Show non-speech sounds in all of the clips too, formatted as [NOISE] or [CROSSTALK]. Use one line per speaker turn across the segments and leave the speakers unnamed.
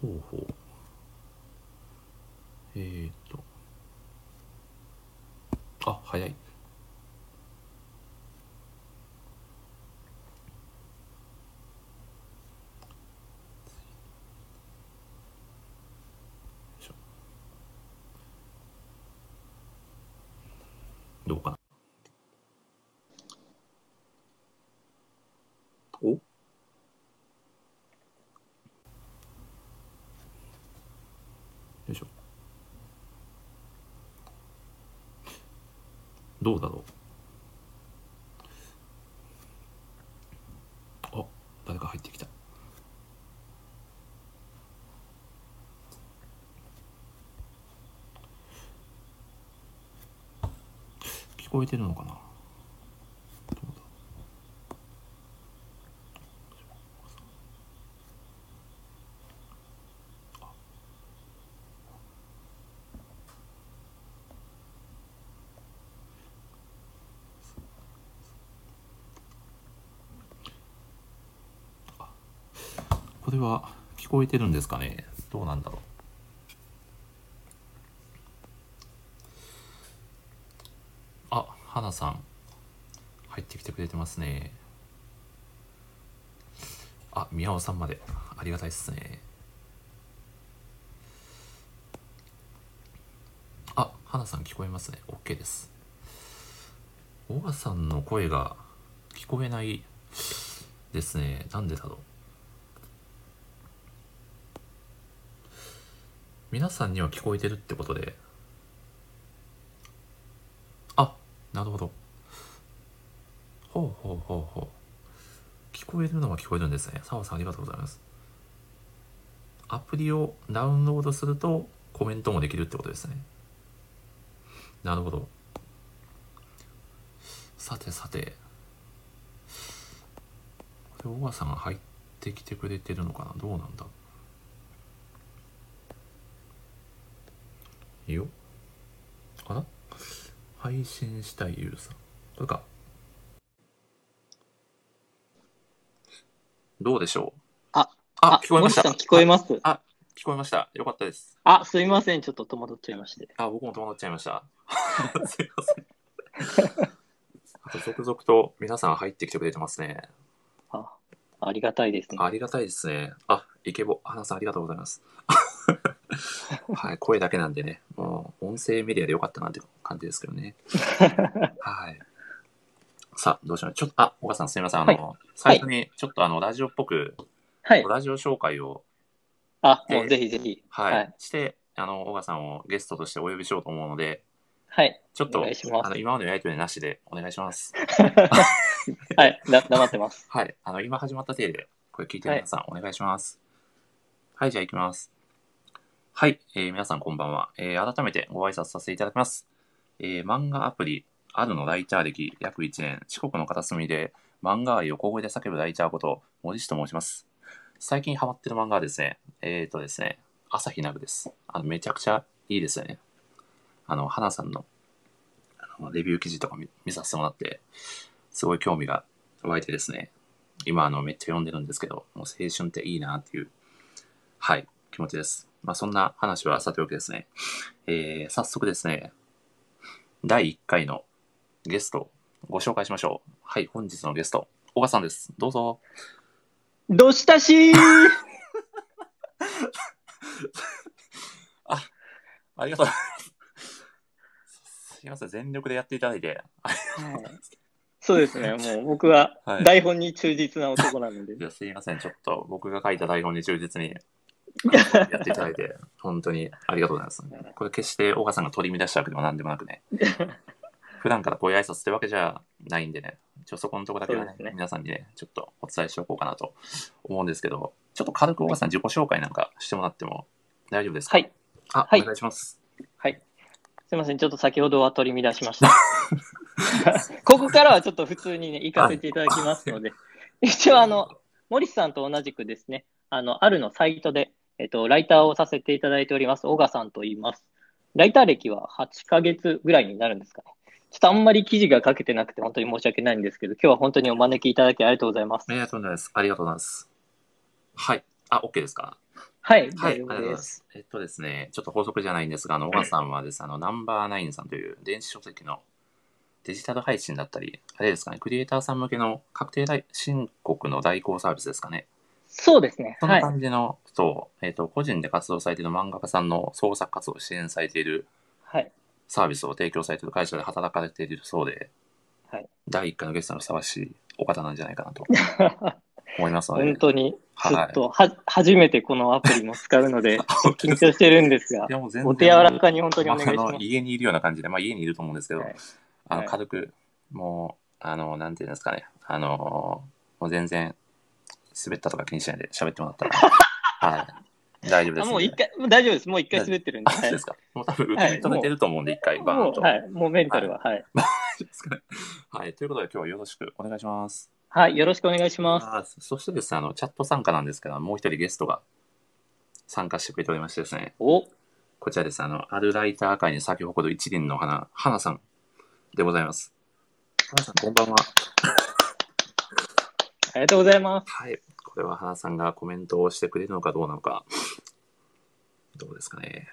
ほうほうえー、っとあ早いどうかなおよいしょどうだろうあ誰か入ってきた聞こえてるのかなどうだこれは聞こえてるんですかねどうなんだろうあ花さん入ってきてくれてますねあ宮尾さんまでありがたいっすねあ花さん聞こえますね OK です小川さんの声が聞こえないですねなんでだろう皆さんには聞こえてるってことであなるほどほうほうほうほう聞こえるのは聞こえるんですね澤さんありがとうございますアプリをダウンロードするとコメントもできるってことですねなるほどさてさてこれ大川さんが入ってきてくれてるのかなどうなんだいいよ。あら配信したいユーザー。これか。どうでしょう
あ、
あ、聞こえました。
もしさん聞こえます
あ、聞こえました。よかったです。
あ、すいません。ちょっと戸惑っちゃいまして。
あ、僕も戸惑っちゃいました。すいません。あと続々と皆さん入ってきてくれてますね。
あ、ありがたいですね。
ありがたいですね。あ、イケボ、花さんありがとうございます。はい、声だけなんでね、もう音声メディアでよかったなって感じですけどね。はい。さあ、どうしましょう。ちょっと、あ、岡さんすみません。あの、最初にちょっとあの、ラジオっぽく、
はい。
ラジオ紹介を、
あ、もうぜひぜひ。
はい、
はい
して、あの、岡さんをゲストとしてお呼びしようと思うので、
はい。
ちょっ
お
と、
願いします
あの、今までのやりとりなしでお願いします。
はい。だ、黙ってます。
はい。あの、今始まった体で、これ聞いてる皆さん、お願いします。はい、じゃあ行きます。はい、えー皆さんこんばんは。えー改めてご挨拶させていただきます。えー漫画アプリ、あるのライター歴約1年、四国の片隅で漫画愛を小声で叫ぶライターこと、森氏と申します。最近ハマってる漫画はですね、えっ、とですね、朝日ナグです。あの、めちゃくちゃいいですよね。あの、花さんの、あのレビュー記事とか見見させてもらって、すごい興味が湧いてですね、今あのめっちゃ読んでるんですけど、もう青春っていいなっていう、はい、気持ちです。まあそんな話はさておきですね。えー、早速ですね、第1回のゲストをご紹介しましょう。はい、本日のゲスト、小川さんです。どうぞ。
どしたしー
ありがとうござい [LAUGHS] ます。すいません、全力でやっていただいて。
そうですね。もう僕は
はい
台本に忠実な男なので。
じゃあすいません、ちょっと僕が書いた台本に忠実
[LAUGHS]
にやっていただいて、本当にありがとうございます。これ決して小川さんが取り乱したわけでも何でもなく
[LAUGHS]
ね。普段からこういう挨拶ってわけじゃないんでね、ちょそこのとこだけはね
そうですね
皆さんにね、ちょっとお伝えしておこうかなと思うんですけど、ちょっと軽く小川さん自己紹介なんかしてもらっても大丈夫ですか
はい。
あ、
はい
お願いします。
はい。すいません。ちょっと先ほどは取り乱し
[LAUGHS]
ました。ここからはちょっと普通にね、行かせていただきますので。一応、あの、森さんと同じくですね、あの、あるのサイトで、えっと、ライターをさせていただいております、小賀さんと言います。ライター歴は8ヶ月ぐらいになるんですかね。ちょっとあんまり記事が書けてなくて、本当に申し訳ないんですけど、今日は本当にお招きいただきありがとうございます
あ。りがとうございます。ありがとうございます。はい。あ、OK ですか
はい、
はい、あ
大
り
丈
がとうご
夫
ざい
で。
ますす。えっとですね、ちょっと法則じゃないんですが、あの、小川さんはです、あの、ナンバーナインさんという電子書籍のデジタル配信だったり、あれですかね、クリエイターさん向けの確定代申告の代行サービスですかね。
そうですね。
そん
は。
ない感じの、そう、えっ、と、個人で活動されている漫画家さんの創作活動を支援されている
はい。
サービスを提供されている会社で働かれているそうで、
はい
第1回のゲストのふさわしいお方なんじゃないかなと思いますので。
本当に、ちょ
は
っ
い。
とは、初めてこのアプリも使うので、
[LAUGHS]
緊張してるんです
い、
が
やもう全然
お手柔らかに本当にお願いし
まあ
ま
あの
す。
家にいるような感じで、まあ、家にいると思うんですけど、
はい
あの
はい
軽く、もう、あの、なんていうんですかね、あの、もう全然、滑ったとか気にしないで喋ってもらっ
[LAUGHS]
たら、はい、大丈夫で
あ
すんで。
もう一回、もう大丈夫です。もう一回滑ってるんで。
あ
は
そう
い
ですか。もう多分受
はい
け止めてると思うんで、一回、バー
も
ンと。
う、
は
はい。もうメンタルは、はい。
いですかねはい。ということで、今日はよろしくお願いします。
はい。よろしくお願いします。
あそしてですね、あの、チャット参加なんですけど、もう一人ゲストが参加してくれておりましてですね、
お、
こちらです。あの、あるライター界に咲き誇る一輪の花、花さんでございます。花さん、こんばんは。
ありがとうございます。
はい。これは花さんがコメントをしてくれるのかどうなのか。どうですかね。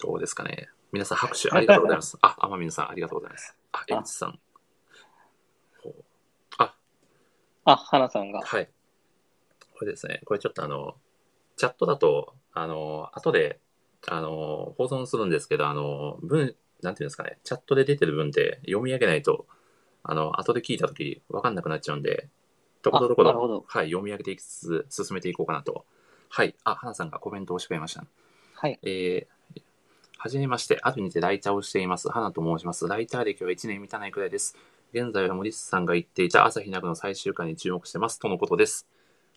どうですかね。皆さん拍手ありがとうございます。あ、天海さんありがとうございます。あ、江口さん。ほうあ、
あ、花さんが。
はい。これですね、これちょっとあの、チャットだと、あの、後で、あの、保存するんですけど、あの、文、なんていうんですかね、チャットで出てる文って読み上げないと、あの、後で聞いたとき分かんなくなっちゃうんで、ところどこ
あなるほ
ろ
ど、
はい、読み上げていきつつ進めていこうかなと。はい。あ、花さんがコメントをしてくれました。
はい。
えーはじめまして、あるにてライターをしています。花と申します。ライター歴は1年満たないくらいです。現在は森下さんが言っていた朝日奈区の最終回に注目してます。とのことです。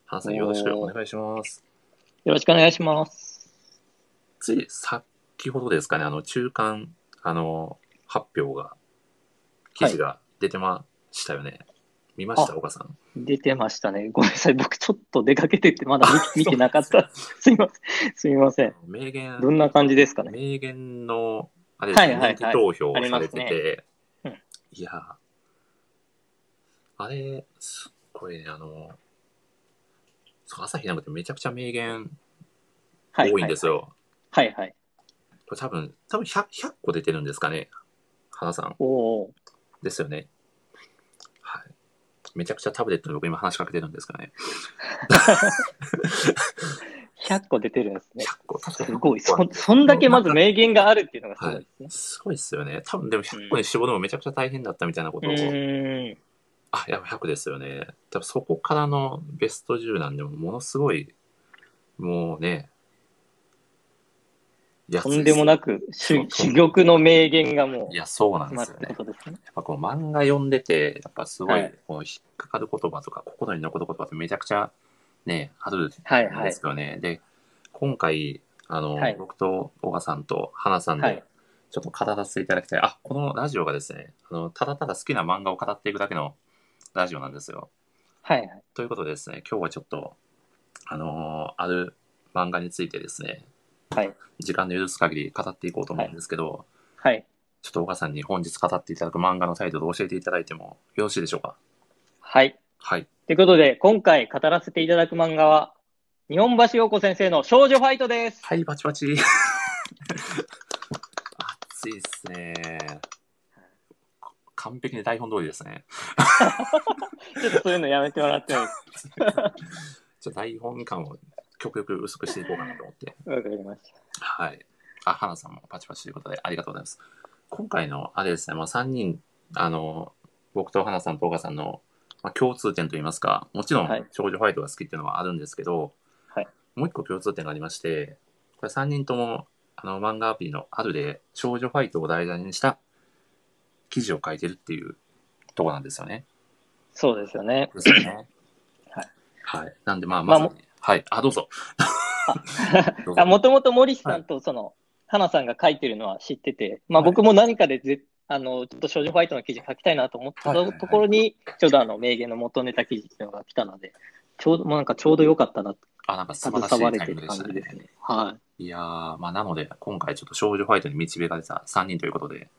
花さん、よろしくお願いします。
よろしくお願いします。
つい先ほどですかね、あの、中間、あの、発表が、記事が出てましたよね。見ました、
あ
岡さん。
出てましたね。ごめんなさい。僕、ちょっと出かけてて、まだ見見てなかった。すいません。すみません。
名言、
どんな感じですかね。
名言の、あれですね、
はいはいはい
人気投票を
あり
さ
ま
れ
す
て
ね
て、
うん
いやー、あれ、すっごいね、あの、そう朝日なんかってめちゃくちゃ名言
は
多いんですよ。
はいはい。
これ多分、多分 100, 100個出てるんですかね、花さん。
おお
ですよね。はい。めちゃくちゃタブレットに僕今話しかけてるんですかね。
ー、100個出てるんですね。
100個、確か
す
に
ごい。そそんだけまず名言があるっていうのがすごいですね。
すごいですよね。多分でも100個に絞るのもめちゃくちゃ大変だったみたいなことを、
うーん。
あ、やっぱ100ですよね。多分そこからのベスト10なんで、ものすごい、もうね、や
とんでも
い。
なく、
そう
主珠玉の名言がも
いや、そう
う
なん
集
で
ます
よ
るって
ね。
ことですね。
やっぱこう漫画読んでて、やっぱすご
はいい、
こう引っかかる言葉とか、心に残る言葉ってめちゃくちゃね、あるんで
はいはい
す。よね。で、今回、あの、
はい
僕と小川さんと花さん
はい
で、ちょっと語らせていただきたい。あ、このラジオがですね、あの、ただただ好きな漫画を語っていくだけのラジオなんですよ。
はいはい。
ということでですね、今日はちょっと、あのーある漫画についてですね、
はい。
時間の許す限り語っていこうと思うんですけど、
はい。
ちょっと岡さんに本日語っていただく漫画のタイトルを教えていただいてもよろしいでしょうか。
はい。
はい。
ということで、今回語らせていただく漫画は、日本橋陽子先生の少女ファイトです。
はい、バチバチ。 [LAUGHS] 熱いっすね。完璧に台本通りですね。
ちょっとそういうのやめてもらってもいいです
ちょっと台本感を極力薄くしていこうかなと思って。
かわかりました。
はい。あ、花さんもパチパチということで、ありがとうございます。今回の、あれですね、まあ、3人、あの、僕と花さんと岡さんの、まあ、共通点といいますか、もちろ
はい
ん少女ファイトが好きっていうのはあるんですけど、
はい
もう一個共通点がありまして、これ3人とも、あの、漫画アプリのあるで、少女ファイトを題材にした記事を書いてるっていうところなんですよね。
そうですよね。
ですよね。
はい。
はい。なんで、まあ、
ま
ま
あ
ず、はい。あ、どうぞ。 [LAUGHS] どうぞ
あもともと森さんとその、花さんが書いてるのは知ってて、まあ、僕も何かでぜ、あのちょっと少女ファイトの記事書きたいなと思ってた
はいはいはい
ところに、ちょうどあの名言の元ネタ記事っていうのが来たので、ちょうどもうなんかちょうど良かったな、
あ、なんか素晴らしい
携
タ
わ
イ
れて
ミング
る
でし
感
た
じです
ね
ね。。はい、
いやー、まあ、なので、今回ちょっと少女ファイトに導かれた3人ということで、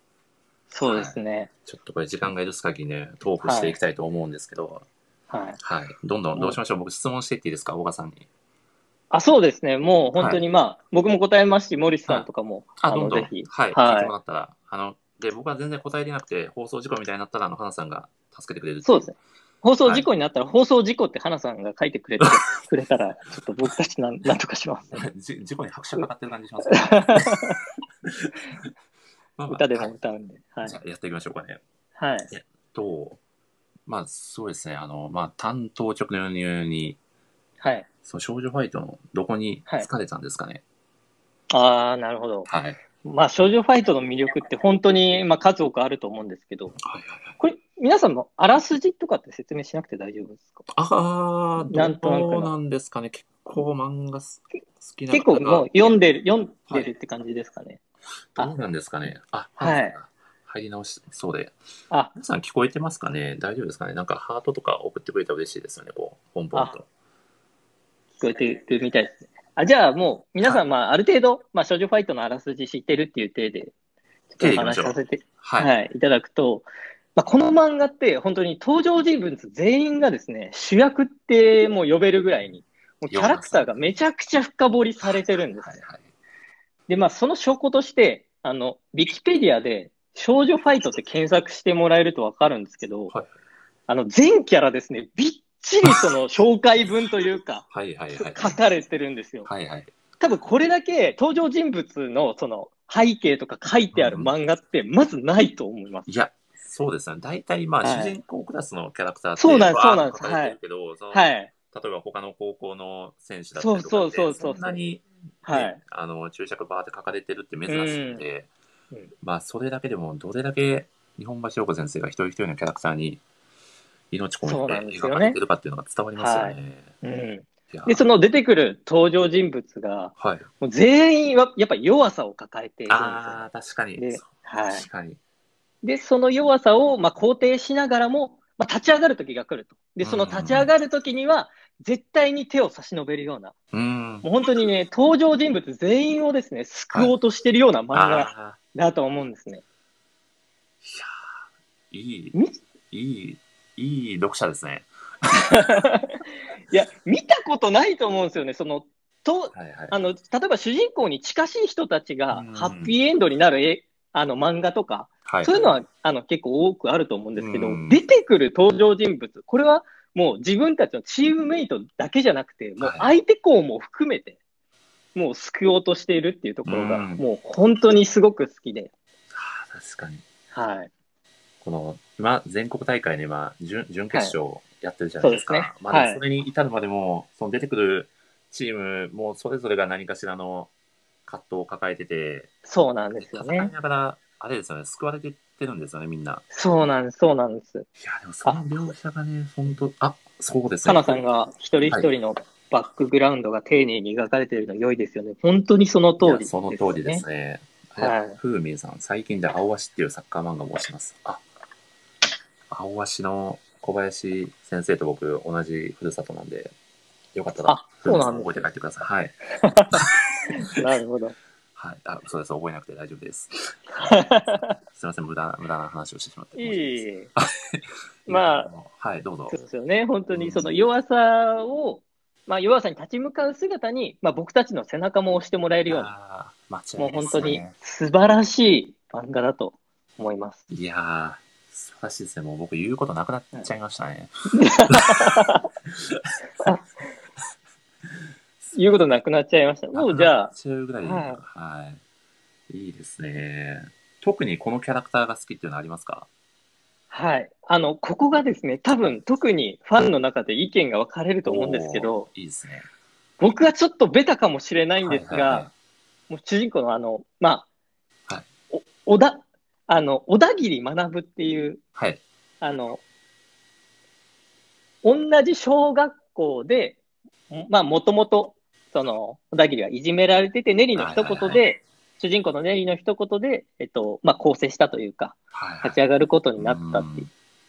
そうですね。
ちょっとこれ時間が許す限りね、トークしていきたいと思うんですけど、
はい、
はい。どんどん、どうしましょう。僕質問していっていいですか、大川さんに。
あ、そうですね。もう本当にまあ、僕も答えますし、森さんとかも、
あ、
あ
どん
の、
どん。
ぜひ。
はい。
はい
聞いてもらったら。あの、で、僕は全然答えれなくて、放送事故みたいになったら、あの、花さんが助けてくれるってい
そうですね。放送事故になったら、放送事故って花さんが書いてくれて、くれた
[LAUGHS]
ら、ちょっと僕たちなんなんとかします。
じ事故に拍手がかかってる感じし
[LAUGHS]
ますけどまあまあ
歌でも
はい
歌うんで。はい
じ。ゃあやっていきましょうかね。
はい。
と、まあそうですね、あの、まあ担当直のように、
はい。
そう少女ファイトのどこに疲れたんですかね。
ああ、なるほど。
はい。はい
まあ、少女ファイトの魅力って本当に、まあ、数多くあると思うんですけど、
はいはい。
これ、皆さんもあらすじとかって説明しなくて大丈夫ですか
ああ、
なんとなく
ど
の
うなんですかね。結構漫画す好きな
結構もう
う、
読んでる、読んでるって感じですかね。
どうなんですかね。あ、
はい
なんか入り直しそうで。
あ、
皆さん聞こえてますかね大丈夫ですかねなんかハートとか送ってくれたら嬉しいですよね。こう、ポンポンと。
聞こえてるみたいですね。あ、じゃあもう、皆さん、まあ、ある程度、まあ、少女ファイトのあらすじ知ってるっていう体で、ちょっとお話しさせて、
はい。
はい、い、ただくと、まあ、この漫画って、本当に登場人物全員がですね、主役ってもう呼べるぐらいに、もうキャラクターがめちゃくちゃ深掘りされてるんです
は
ね
いはい。
で、まあ、その証拠として、あの、ウィキペディアで、少女ファイトって検索してもらえるとわかるんですけど、
はい
あの、全キャラですね、びっちりその紹介文というか、
はいはいはい。
書かれてるんですよ。
はいはい。
多分これだけ登場人物のその背景とか書いてある漫画って、まずないと思います。
いや、そうですね。大体、まあ、
はい
主人公クラスのキャラクターって、
そうなんで
わ
す
ー
そうなんです
書かれてるけど、その
はい。
例えば他の高校の選手だったりとかって
そうそうそうそう
そんなに、ね
はい。
あの注釈バーって書かれてるって珍しいんで、
うんうん
まあ、それだけでも、どれだけ日本橋陽子先生が一人一人のキャラクターに命込
そうなん
め
で
て
す
描
よ
か
ね
れてるかっていうのが伝わりますよね。
うん、
いや
で、その出てくる登場人物が、
はい。
もう全員はやっぱり弱さを抱えているんですよ
ああ、確かに。
で
そう
はい
確かに。
で、その弱さを、まあ、肯定しながらも、まあ、立ち上がる時が来ると。で、その立ち上がる時には、絶対に手を差し伸べるような、
うん。
もう本当にね、登場人物全員をですね、救おうとしてるような漫画
ああ
だと思うんですね。
ー、い
み
い、いい、いい読者ですね。
いや、見たことないと思うんですよね。その、と、
はいはい。
あの、例えば主人公に近しい人たちが
うん、
ハッピーエンドになる絵、あの、漫画とか、
は
そういうのは、あの、結構多くあると思うんですけど
うん、
出てくる登場人物、これはもう自分たちのチームメイトだけじゃなくて、もう
はい
相手校も含めて、もう救おうとしているっていうところが、
うん
もう本当にすごく好きで、
あー確かに。
はい。
この今全国大会の今準準決勝やってるじゃないですか、
はいそうですね
まあ
はい
それに至るまでも、その出てくるチームもうそれぞれが何かしらの葛藤を抱えてて
そうなんですよ
戦いな
ね。
がらあれですよね救われてってるんですよねみんな
そうなんです、そうなんです。
いやでもその描写がね本当あそうです
か
ね
なさんが一人一人のバックグラウンドが丁寧に描かれているの良いですよね。本当にその通
い
りで
や
すよ
その
ね。
通りですね
はい
ふうみんさん最近で「青足」っていうサッカー漫画も推しますあ青足の小林先生と僕同じふるさとなんでよかったら
あそうなんですね
ふうみんさ覚えて帰ってくださいはい
なるほど。
はい、あそうです、覚えなくて大丈夫
[LAUGHS]
です。すみません、無駄無駄な話をしてしまって。
いい。
いや
まあ、
のはい、どうぞ
そう。ですよね。本当にその弱さを、まあ弱さに立ち向かう姿に、まあ僕たちの背中も押してもらえるような、
あー間違いな
もう
いで
本
す
当
よね
に素晴らしい漫画だと思います。
いやー、素晴らしいですね。もう僕、言うことなくなっちゃいましたね。
言うことなくなっちゃいました。もうじ
なくな
ゃあ
っ、ちゃうぐらいで、はい。いいですね。特にこのキャラクターが好きっていうのはありますか
はい。あの、ここがですね、多分特にファンの中で意見が分かれると思うんですけど
お、ーいいですね。
僕はちょっとベタかもしれないんですが、
はいはいは
もう主人公のあの、まあ、
はい
お小田、あの、小田切学っていう、
い、はい。
あの、同じ小学校で、まあ、もともと、その、小田切はいじめられてて、ネリの一言で、
はいはい
主人公のネリの一言で、えっと、まあ、構成したというか、
はいはい
立ち上がることになったっていう。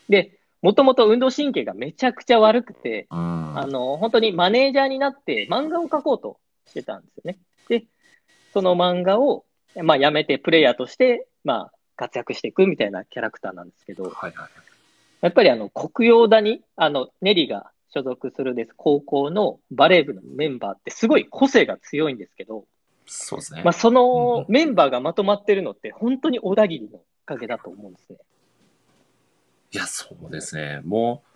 で、もともと運動神経がめちゃくちゃ悪くて、
うんうん
あの、本当にマネージャーになって漫画を描こうとしてたんですよね。で、その漫画を、まあ、やめてプレイヤーとして、まあ、活躍していくみたいなキャラクターなんですけど、
はいはい
やっぱりあの、黒曜ダに、あの、ネリが所属するです高校のバレー部のメンバーってすごい個性が強いんですけど、
そうですね。
まあ、そのメンバーがまとまってるのって本当に小田切のおかげだと思うんですね。
いや、そうですね。もう、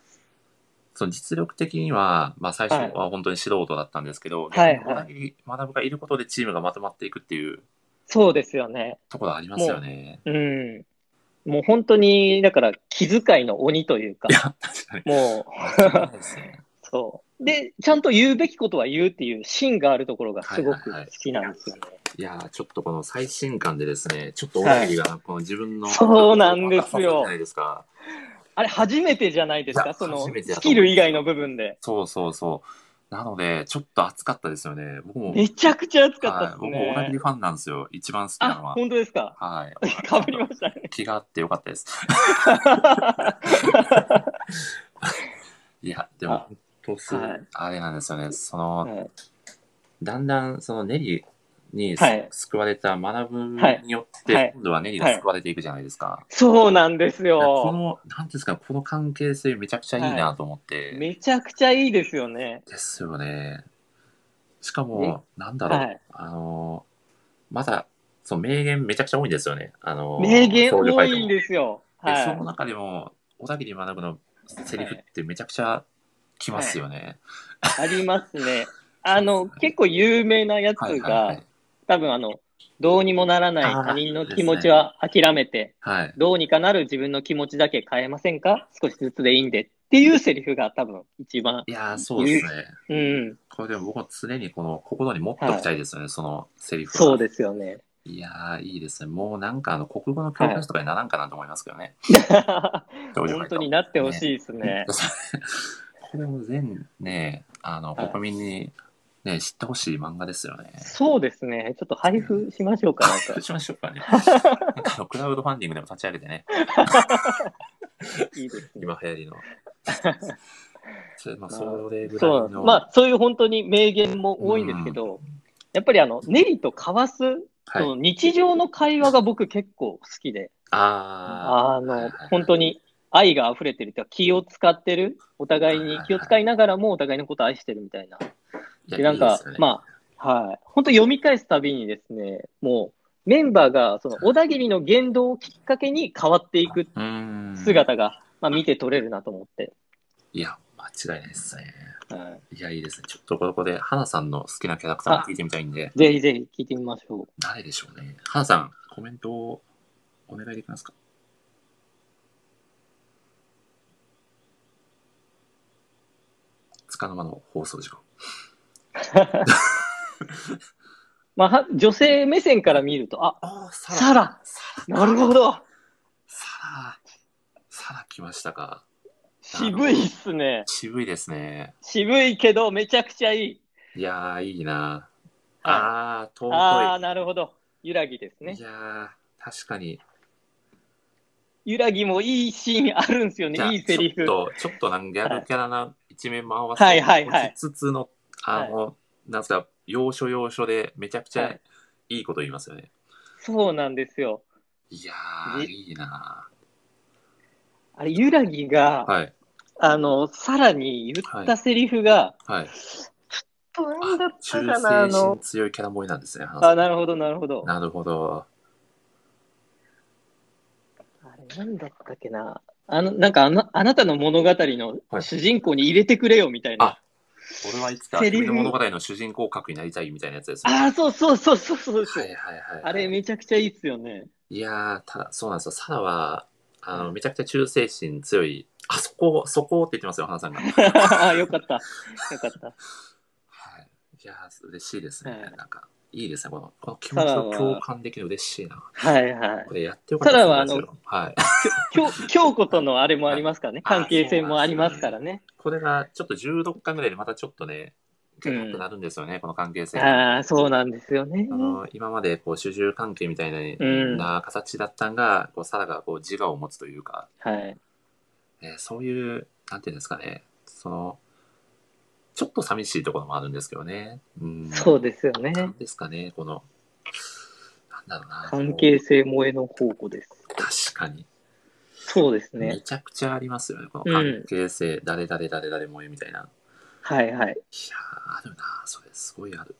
その実力的には、まあ最初は本当に素人だったんですけど、
はい
逆に小田切学がいることでチームがまとまっていくっていう
そうですよね。
ところありますよね。
うん。もう本当に、だから気遣いの鬼と
[LAUGHS]
いうか
い、や、確かに。
もう、
間違いないですね。
そう。で、ちゃんと言うべきことは言うっていう芯があるところがすご
はい
く
はいは
好
い
きなんですよね。
いやーちょっとこの最新刊でですね、ちょっと小田切がこの自分の、
そうなんですよ
じゃないですか。
あれ、初めてじゃないです
いや
かその
初めてだ
ス
と思う
キル以外の部分で。
そうそうそう。なので、ちょっと熱かったですよね。僕も、
めちゃくちゃ熱かった
はい
です
僕も小田切
ね。
ファンなんですよ。一番好きなの
あ、
は。
本当で
[LAUGHS]
すか。
はい。
かぶりましたね。
気があってよかった
[LAUGHS]
です。いや、でも、
あ
本当すごい
はい
あれなんですよね。そ
は
の、
い
だんだん、そのネリにす、
はい
救われた学ぶ
はい
によって、
はい
今度はネリが救われていくじゃないですか。
そうなんです
いやこ
よ。
の、なんていうんですか、この関係性めちゃくちゃいいなと思って。
めちゃくちゃいいですよね。
ですよね。しかも、なんだろう、
はい
あのー、まだ、その名言めちゃくちゃ多いんですよね。あのー、
名言
少女
多
会でも
いんですよ。
で
は
[LAUGHS] その
い。
中でも、小田切学のセリフってめちゃくちゃきますよね。
ありま
[LAUGHS]
すね。あの、結構有名なやつ
はいはいは
が
い、。
多分あの、どうにもならない他人の気持ちは諦めて、
はい。
どうにかなる自分の気持ちだけ変えませんか少しずつでいいんでっていうセリフが多分一番。
いやー、そうですね。
うん。
これでも僕は常にこの心に持っておきたいですよね、そのセリフは
そうですよね。
いやー、いいですね。もうなんかあの、国語の教科書とかにならんかなと思いますけどね。
本
少女会と
当になってほしいですね。
これも全ね、あの、
はい
国民にね、知ってほしい漫画ですよね。
そうですね。ちょっと配布しましょうか。なん
どう
か
しましょうか [LAUGHS] ね。なんかあのクラウドファンディングでも立ち上げてね、
いいですね。
今流行りの。 [LAUGHS] それまあ、それぐらい
そうなんです。
の。
まあ、そういう本当に名言も多いんですけど、やっぱりあの、ネリと交わす、そ
はい。
の日常の会話が僕結構好きで、
あ
あ
はいは
の
い、
本当に愛が溢れてるというか、気を使ってる、お互いに気を使いながらもお互いのことを愛してるみたいな。
ー。
で、なんか、
あ、
まあ、はい。本当読み返すたびにですね、もう、メンバーが、その、小田切の言動をきっかけに変わっていく
うーん。
姿が、まあ、見て取れるなと思って。
いや、間違いないですね。
はい
や、いいですね。ちょっとここで、花さんの好きなキャラクターも聞いてみたいんで、
い、ぜひぜひ聞いてみましょう。
誰でしょうね。花さん、コメントをお願いできますかつかの間の放送事故。
まあ、は女性目線から見ると、あ、
ああ、サ
サラ、
サ
なるほど、
サラ、サラ来ましたか。
渋いっすね。
渋いですね。
渋いけど、めちゃくちゃいい。
いやー、いいな。
はい
ああ、尊い。
ああ、なるほど。ゆらぎですね
い。やー、確かに。
ゆらぎもいいシーンあるんですよ
じゃあ
ね、いいセリフ
ち。ょっと、ちょっとなんかギャルキャラな一面も合わせ
はいはいはい
持ちつつの、あの、なんすか、要所要所でめちゃくち
は
ゃ
い
いいこと言いますよね。
そうなんですよ。
い、やー、
ね
いいな
あれ、ゆらぎが、
はい、
あの、さらに言ったセリフが、
はい。
どんだっ
あ
た
忠
かな、あ
誠心
の、
強いキャラ萌えなんですね、花さ
あ、
ん
なるほど、なるほど。
なるほど。
あれ、なんだったっけな。あの、なんかあの、あなたの物語の主人公に入れてくれよ、みたいな。
あ俺はいつか
セリフ
君の物語の主人公格になりたいみたいなやつですね。
ああ、そうそうそうそうそうです
はいはいはい。
あれ、めちゃくちゃいいっす
[LAUGHS]
よね。
いやー、ただ、そうなんですよ。サラは、あの、めちゃくちゃ忠誠心強い。あそこ、そこって言ってますよ、花さんが。はい。
あよかった。よかった。
いやー、嬉しいですね。
はい
なんか、いいですね。この、この気持ち
サラ
を
は
共感できるの嬉しいな。
はいはい
こ。れやってよかった
サラは
ですねはい。 [LAUGHS]
きょ京子とのあれもありますからね。
はい
関係性もありますからね。
これが、ちょっと16巻ぐらいでまたちょっとね、ギャーってなるんですよね、この関係性が。
ああ、そうなんですよね
あ。の今までこう主従関係みたいな,、
うん
な形だったんがこうサラがこう自我を持つというか、
はい。
えーそういう、なんていうんですかね、その、ちょっと寂しいところもあるんですけどね。うん、
そうですよね。
なんですかね、この、なんだろうな。
関係性萌えの宝庫です。
こう確かに。
そうです
め
ね。
ちゃくちゃありますよね。この
うん
関係性、誰誰誰誰もえみたいな。いや
はいはい。
ー、あるなそれすごいある。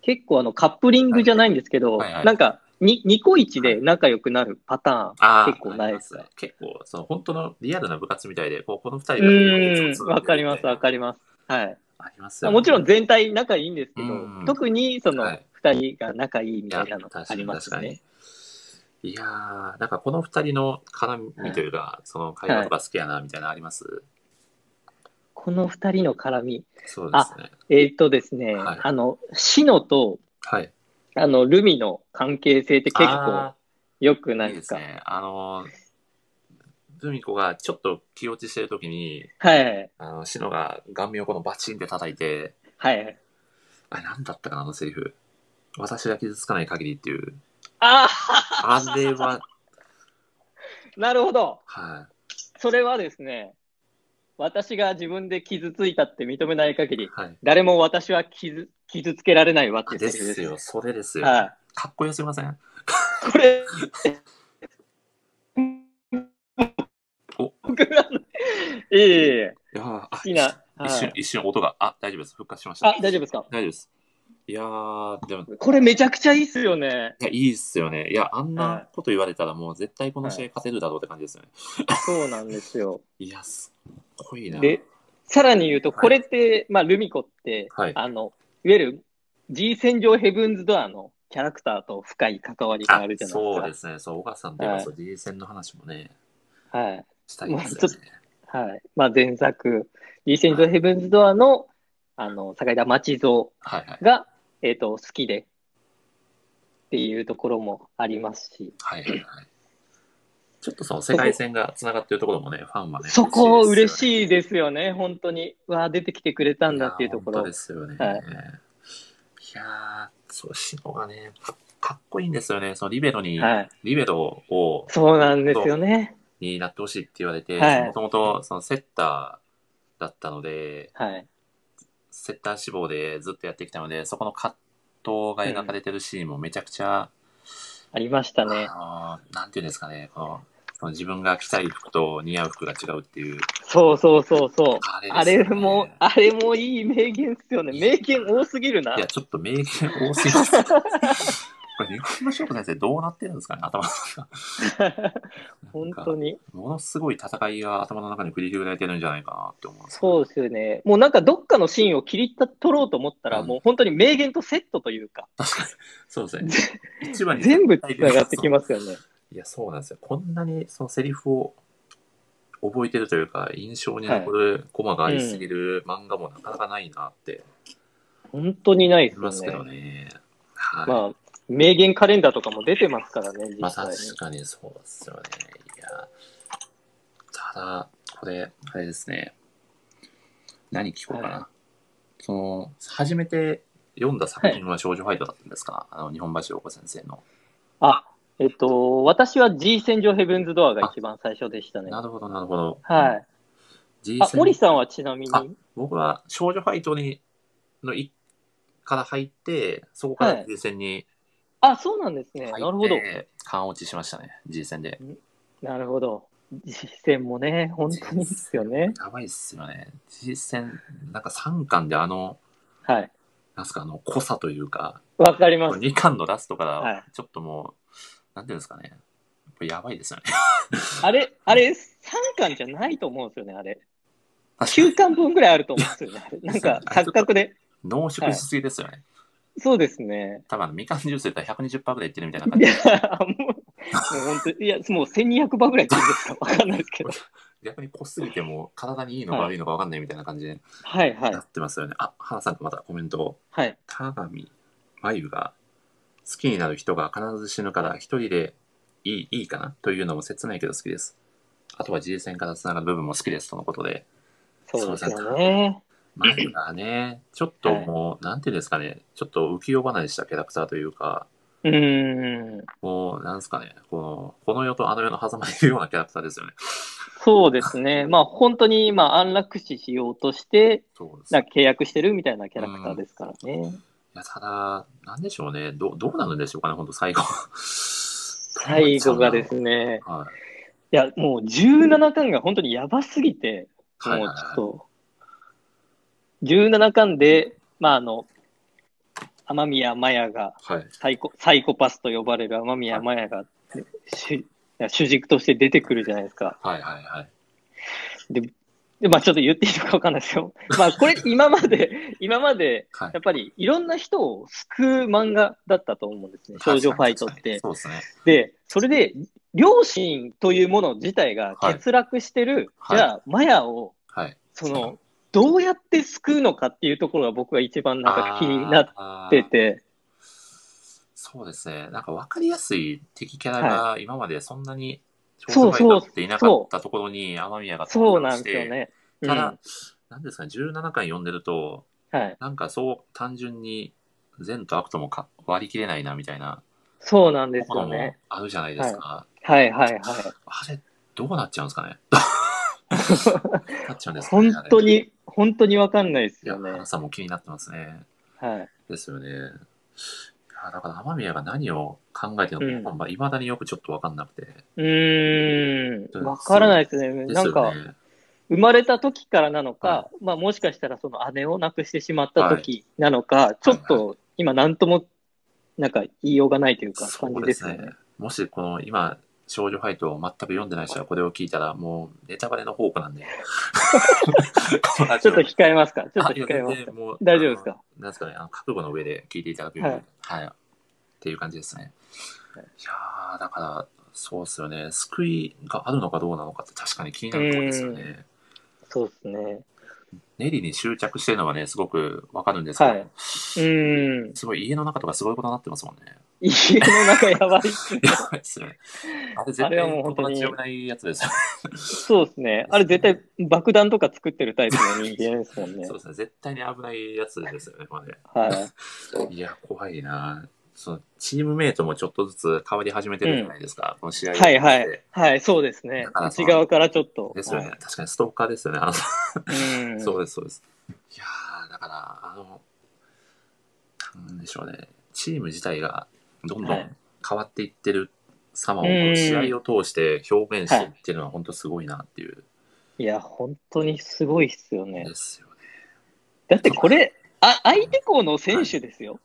結構あのカップリングじゃないんですけど、
はいはいはい
なんかにニコイチで仲良くなるパターン、
あー
結構ないですね
あります結構、その本当のリアルな部活みたいで、こうこの二人が
うーん、
そう
わかります、わかります。はい。
ありますよね
もちろん全体仲いいんですけど
うん、
特にその
はい
二人が仲いい
い
みた
や
いなのありますよ
確か
ね。。
に確かにいやー、なんかこの二人の絡みというか、その会話とか好きやな、みたいなのあります、
この二人の絡み。
そうですね。
えーっとですね、
はい
あの、シノと、
はい。
あの、ルミの関係性って結構
あ
良く
ー
ない
い
で
ですす
か。
ね。あのー、ルミ子がちょっと気落ちしてるときに、
はい。
あの、シノが顔面をこのバチンって叩いて、
はい。
あ、なんだったかな、あのセリフ。私が傷つかない限りっていう。
あ
あれ
[LAUGHS]
は、
あ、なるほど。
は
それはですね、私が自分で傷ついたって認めない限
い。
り、
はい。
誰も私は傷傷つけられないわって
あ
いう
で
セリフ
すよ、それですよ。
は
かっこよすぎません
い。これ、
お、い
僕は、いえいえいえ、
やーあ
好きな。
一瞬、
はい
一瞬音が、あ、大丈夫です。復活しました。
あ、大丈夫ですか
大丈夫です。いやー、でも、い
これめちゃくちゃいいっすよね。
や、いいっすよね。いや、あん
はい
なこと言われたら、もう絶対この試合勝てるだろうって感じですよね。
そうなんですよ。
いや、すっごいな。
で、さらに言うと、
はい
これって、まあ、ルミ子って、
はい
あの、いわゆる G 戦場ヘブンズドアのキャラクターと深い関わりがあ
あ
るじゃないです
そ
か。
うですね。そう、小川さんといえば、
はい
そう、D 戦の話もね、
はい。
したいですよね。
はい。まあ、前作、G 戦場ヘブンズドアの、あの、坂井田町蔵
はいはい。
が、えっ、と、好きで、っていうところもありますし、
はいはいはい。ちょっとその世界線がつながってるところもね、ファンはね。
そこ嬉
い
しいですよね、本当に。うわあ、出てきてくれたんだっていうとこ
や本
ろ
当で。すよね。
はい
い、やー、そう、シノがね、かかっこいいんですよね。そのリベロに、
はい。
リベロを、
そうなんですよね。
になってほしいって言われて、
はい
もともとそのセッターだったので、
はい。
セッター志望でずっとやってきたので、そこの葛藤が描かれてるシーンもめちゃくちゃ、
ありましたね。
あのなんていうんですかね、この、その自分が着たい服と似合う服が違うっていう、
そうそうそうそう。
あれですよね。
あれも、あれもいい名言っすよね。名言多すぎるない
や、ちょっと名言多すぎます。これ、猫島翔子先生どうなってるんですかね、頭の中。
本
なん
当
か
に。
ものすごい戦いが頭の中に繰り広げられてるんじゃないかなって思うんですよ
そうですよね。もうなんかどっかのシーンを切り取ろうと思ったら、
うん
もう本当に名言とセットというか、
そうですね。一番に
全部繋がってきますよね。
いや、そうなんですよ。こんなにそのセリフを覚えてるというか、印象に残るコマがありすぎる漫画もなかなかないなって
本当にないで
思います
す
け
よ
ど
ね。
ね。はい。まあ、
まあ、名言カレンダーとかも出てますからね、実際に。
確かにそうですよね。いや、ただ、これ、あれですね。何聞こうかな。
は
その、初めて読んだ作品は少女ファイトだったんですか、あの、日本橋陽子先生の。
あ、えっと、私は G 戦場ヘブンズドアが一番最初でしたね。
なるほど、なるほど。
はい。
い
あ、森さんはちなみに。
あ僕は少女ファイトにのいから入って、そこか
は
ら
い
G 戦に
あ、そうなんです
入
ね。な
って、
るほど。
勘落ちしましたね、G 戦で。
なるほど。実践もね、本当にいいっすよね。
やばいっすよね。G 戦、なんか3巻であの、
はい。
なんすか、あの、濃さというか、
わかります。
2巻のラストか
はい
ら、ちょっともう、なんていうんですかね。やっぱやばいですよね。
あれ、あれ、3巻じゃないと思うんですよね、あれ。9巻分ぐらいあると思うんですよね、 [LAUGHS] あれ。なんか、錯覚で。
濃縮しすぎですよね。
そうですね。
多分あの、みかんジュースで言ったら120%ぐらいいってるみたいない
[LAUGHS]
感じ
や、もう、もう本当いや、もう1200番ぐらいっていうん [LAUGHS] ですかわかんないですけど。
逆に濃すぎても、体にいいのか悪いのか分かんないみたいな感じで
はいはい
な。ってますよね。あ、花さんがまたコメントを。
はい。
田上真由が好きになる人が必ず死ぬから一人でいいいいかなというのも切ないけど好きです。あとは G 戦からつながる部分も好きですとのことで。
そうですよね。
まあ、がね、ちょっともう、なんていうんですかね、ちょっと浮世離れしたキャラクターというか、
うーん。
もう、なんですかね、この、この世とあの世の狭間にいるようなキャラクターですよね。
そうですね。まあ、本当に、まあ、安楽死しようとして、
そうです。
なん
い
か契約してるみたいなキャラクターですからね。
や、ただ、なんでしょうね、ど、どうなるんでしょうかね、本当最後。
最後がですね、
[LAUGHS] はい。
や、もう17巻が本当にやばすぎて、
はい
も
はいうはい
ちょっと、17巻で、まああの、雨宮マヤが、
はい。
サイコサイコパスと呼ばれる雨宮マヤが、主主軸として出てくるじゃないですか。
はいはいはい。
で、まあちょっと言っていいのかわかんないですよ。まあ
[LAUGHS]
これ今まで、今まで、
はい
やっぱりいろんな人を救う漫画だったと思うんですね。少女ファイトっ
確かに
て。
そうですね。
で、それで、両親というもの自体が欠落してる、
はい
じゃあ、マヤを、
はい。
その、どうやって救うのかっていうところが僕が一番なんか気になっ
って
て、
そうですね。なんか分かりやすい敵キャラが今までそんなに
そう
表情が立っていなかったところに天宮が
そう
登場
なん
し
ですよ
て、
ね。うん
ただ、なんですかね、17巻読んでると、
はい。
なんかそう単純に善と悪ともか割り切れないなみたいな
そうなんで
と
す
ころ
よ
も
ね。
あるじゃないですか。
はいはいはい。
あれ、どうなっちゃうんですか
[LAUGHS]
ね。なっちゃうんですかね。
本当
あれ。
に、本当にわかんないです
いや、
よね。
花さんも気になってますね。
はい。
ですよね。いやだから天宮が何を考えてるのか、
うん
まあ、未だによくちょっと分かんなくて。
うーん、わからないですね。
です
なんか、
よね。
生まれた時からなのか、
は
まあもしかしたらその姉を亡くしてしまった時なのか、ちょっと今なんとも、なんか言いようがないというか
そ
感じ
う
で
ですす
よね。
ね。もしこの今、少女ファイトを全く読んでない人はこれを聞いたら、もうネタバレの宝庫なんで。 [LAUGHS] このラ
ち
ジ
ょ
オ
っと控えますかちょっと
あいや
控えます
全
か
然もう
大丈夫ですか
あのなんですかね、あの覚悟の上で聞いていただくように、はい、っていう感じですね。いやー、だから、そうですよね。救いがあるのかどうなのかって確かに気になるところですよ
う
ね。
そうですね。
ネリに執着してるのはね、すごくわかるんですけど、
はいうん。
すごい家の中とかすごいことになってますも [LAUGHS] んね。
家の中やばいっすね。
やばいっすよね。あれ絶
あれ
対
はもう本当
友
に
達呼べないやつですよ
そうですね。あれ絶対爆弾とか作ってるタイプの人間ですもん
ね。
ね
そう。ですね。絶対に危ないやつですよね、これ。
はい
や、怖いなそのチームメイトもちょっとずつ変わり始めてるじゃないですか、この試合を
い。
通し
は
て
いはい。はい、そうですね
だか。らそ
内
の
側からちょっと。
ですよね、
はい
確かにストーカーですよね。あの [LAUGHS]
うん。
そうです、そうです。いやーだから、あの、なんでしょうね。チーム自体がどんど
はい
ん変わっていってる様を、
うん
試合を通して表現していってるのは本当すごいなっていう。
いや、本当にすごいっすよね。
ですよね。
だってこれ、あ相手校の選手ですよ。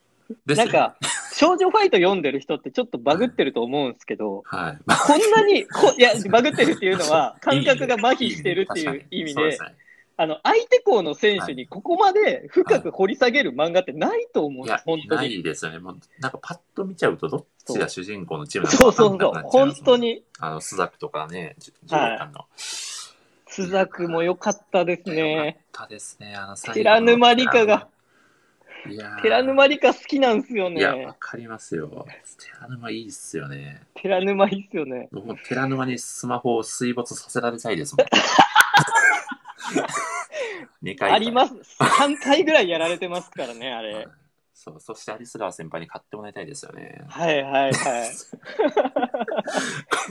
です
な
よ
ん
ね
か、少女ファイト読んでる人ってちょっとバグってると思うんですけど、
はい。
こんなにこ、いや、バグってるっていう
[LAUGHS]
のは、感覚が麻痺してるっていう意味
確かにそう
で
です、ね
あの、相手校の選手にここまで深く掘り下げる漫画ってないと思うん
い
です
や、、
本当
な
に。
いですよね。もう、なんかパッと見ちゃうと、どっちが主人公のチームな
そう
のか
そう
分かん
そう
なくな、っちゃい
本
ますもん
当に。
あの、スザクとかね、ジジョ
はい
ーカンの。
スザクも良かったです
よ
ね。
かったですね、あの最後の
寺沼理香が。
いやー
寺沼理香好きなんですよ
いや、わ
ね。
かりますよ。寺沼いいっすよね。
寺沼いいっすよね。
僕も寺沼にスマホを水没させられたいです
[LAUGHS]
もん。2回
あります。3回ぐらいやられてますからね、あ
はい
れ。
そう、そしてアリスラー先輩に買ってもらいたいですよね。
[LAUGHS] はいはいはい。
こ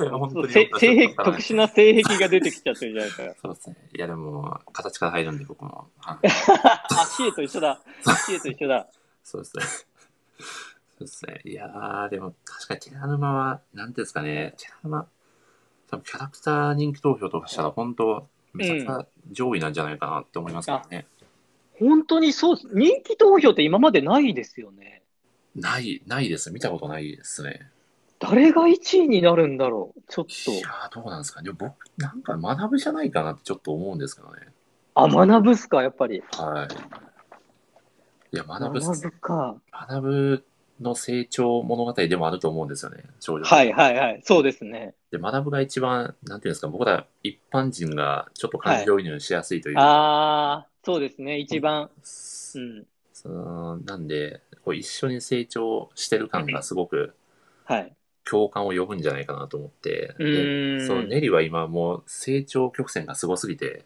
れは [LAUGHS] 本当に
せ性癖、
わかんな
特
い
殊な性癖が出てきちゃってるじゃないです
[LAUGHS]
か。
そうですね。いや、でも、形から入るんで、僕も。はい
あ、シエと一緒だ。シエと一緒だ。
そうですね。 [LAUGHS] そうですね。いやー、でも確かに寺沼は、なんていうんですかね、寺沼、多分キャラクター人気投票とかしたら、本当、めちゃくちゃ上位なんじゃないかなって思いますからね。
本当にそう、人気投票って今までないですよね。
ない、ないです。見たことないですね。
誰が1位になるんだろう。ちょっと
い。やー、どうなんですかね。でも僕、なんか学ぶじゃないかなってちょっと思うんですけどね。
あ、学ぶっすか、やっぱり。
はい。いや、学ぶ、
学ぶか。
学ぶの成長物語でもあると思うんですよね、少女。
はいはいはい。そうですね。
で、学ぶが一番、なんていうんですか、僕ら一般人がちょっと感情移入しやすいというか、
あー、そうですね。一番。うん。
そのなんで、こう一緒に成長してる感がすごく
はい。
共感を呼ぶんじゃないかなと思って、
う
でその
ーん。
ネリは今もう成長曲線がすごすぎて、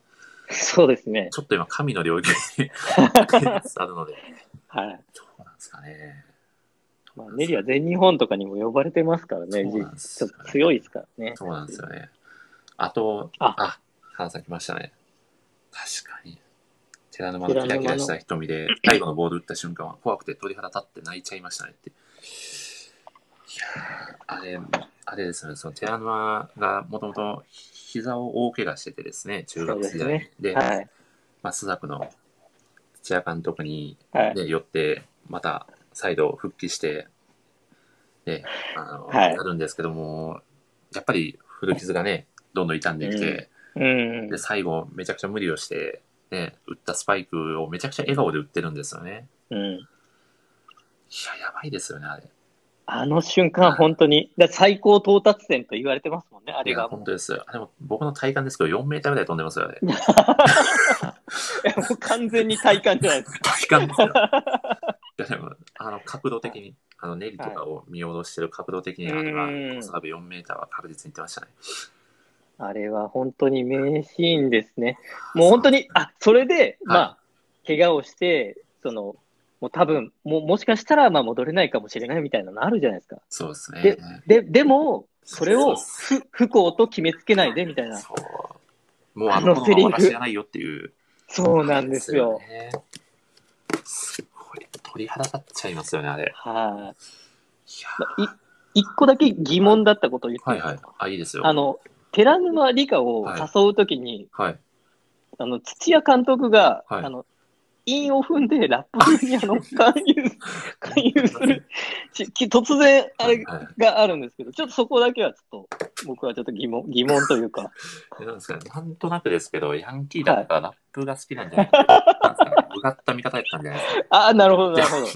そうですね。
ちょっと今神の領域
[LAUGHS]
に [LAUGHS] あるので、
はい。
どうなんですかね。
まあ、ネリは全日本とかにも呼ばれてますからね、
そうなんです
ちょ
よ
っ
ね
と強いですからね。
そうなんですよね。あと、
あ
あ、花咲きましたね。確かに。寺沼のキラキラした瞳で、最後のボール打った瞬間は怖くて鳥肌立って泣いちゃいましたねって。いやーあれ、あれですね、その寺沼がもともと膝を大怪我しててですね、中学時代
そう
で
で,、はい。
まあ、スザクの土屋監督に、
はい。
ね、寄って、また再度復帰して、ね、あの、
はい
なるんですけども、やっぱり古傷がね、どんどん傷んできて、
うん
で、。最後めちゃくちゃ無理をして、ね、打ったスパイクをめちゃくちゃ笑顔で打ってるんですよね。
うん。
いや、やばいですよね、あれ。
あの瞬間、本当に、だ最高到達点と言われてますもんね、あ
い
れ
や、
が。
本当ですよ。あでも、僕の体感ですけど、4メーターぐらい飛んでますよ
[LAUGHS]
ね。
い [LAUGHS] やもう完全に体感じゃないですか。
体感ですよ。いや、でも、あの、角度的に、あの、ネリとかを見下ろしてる角度的に、あれは
うん、
サーブ4メーターは確実に行ってましたね。
あれは本当に名シーンですね。もう本当に、あ、それで、まあ、怪我をして、その、もう多分、もうもしかしたら、まあ戻れないかもしれないみたいなのあるじゃないですか。
そうですね
で。で、でも、それを
そ
不不幸と決めつけないでみたいな。
そう。もうあ
あ
の
の
子
セリ
供
フ
は私じゃないよっていう。
そうなんですよ。
ですよね。すごい。鳥肌立っちゃいますよね、あれ。いや
はい、
ー
い一個だけ疑問だったことを言って、
はいはい。あ、いいですよ。
あの、寺沼理香を誘うときに、 [LAUGHS]
はい。
あの、土屋監督が、
はい
あの、韻を踏んでラップ風にあの、勧 [LAUGHS] 誘、勧誘する [LAUGHS] し、き突然、あれ
はいはい
があるんですけど、ちょっとそこだけはちょっと、僕はちょっと疑問、疑問というか、
えなんですかね、なんとなくですけど、ヤンキーだったらラップが好きなんじゃないかななんですかね。うがった見方やったんじゃないですか。
ああ、なるほ [LAUGHS] ど、なるほど。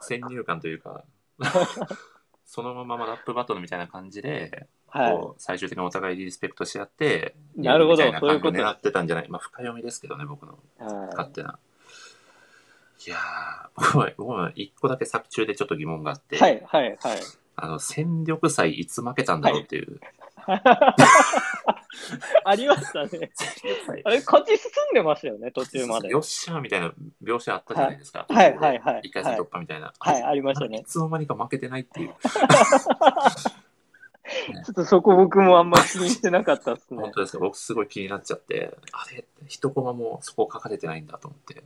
先入観という
[LAUGHS]
か、そのままラップバトルみたいな感じで、
は
こう最終的にお互いリスペクトし合って、
なるほど
みたいな
そういう
感
こ
じ
と
で狙ってたんじゃないまあ、深読みですけどね、僕の
い。は
勝手な。いやー、僕も、僕も一個だけ作中でちょっと疑問があって、
い、はい、はい。はい
あの、戦力祭いつ負けたんだろうっていう。 [LAUGHS]
ありましたね。 [LAUGHS]
戦力祭
あれ、勝ち進んでましたよね、途中まで。
よっしゃーみたいな描写あったじゃないですか。
はいはいはい
一回戦突破みたいな。
はい、ありました
い
ね。
つの間にか負けてないっていう。
ちょっとそこ僕もあんま気にしてなかったです
本
ね。
当ですか僕すごい気になっちゃって、あれ一コマもそこ書かれてないんだと思って。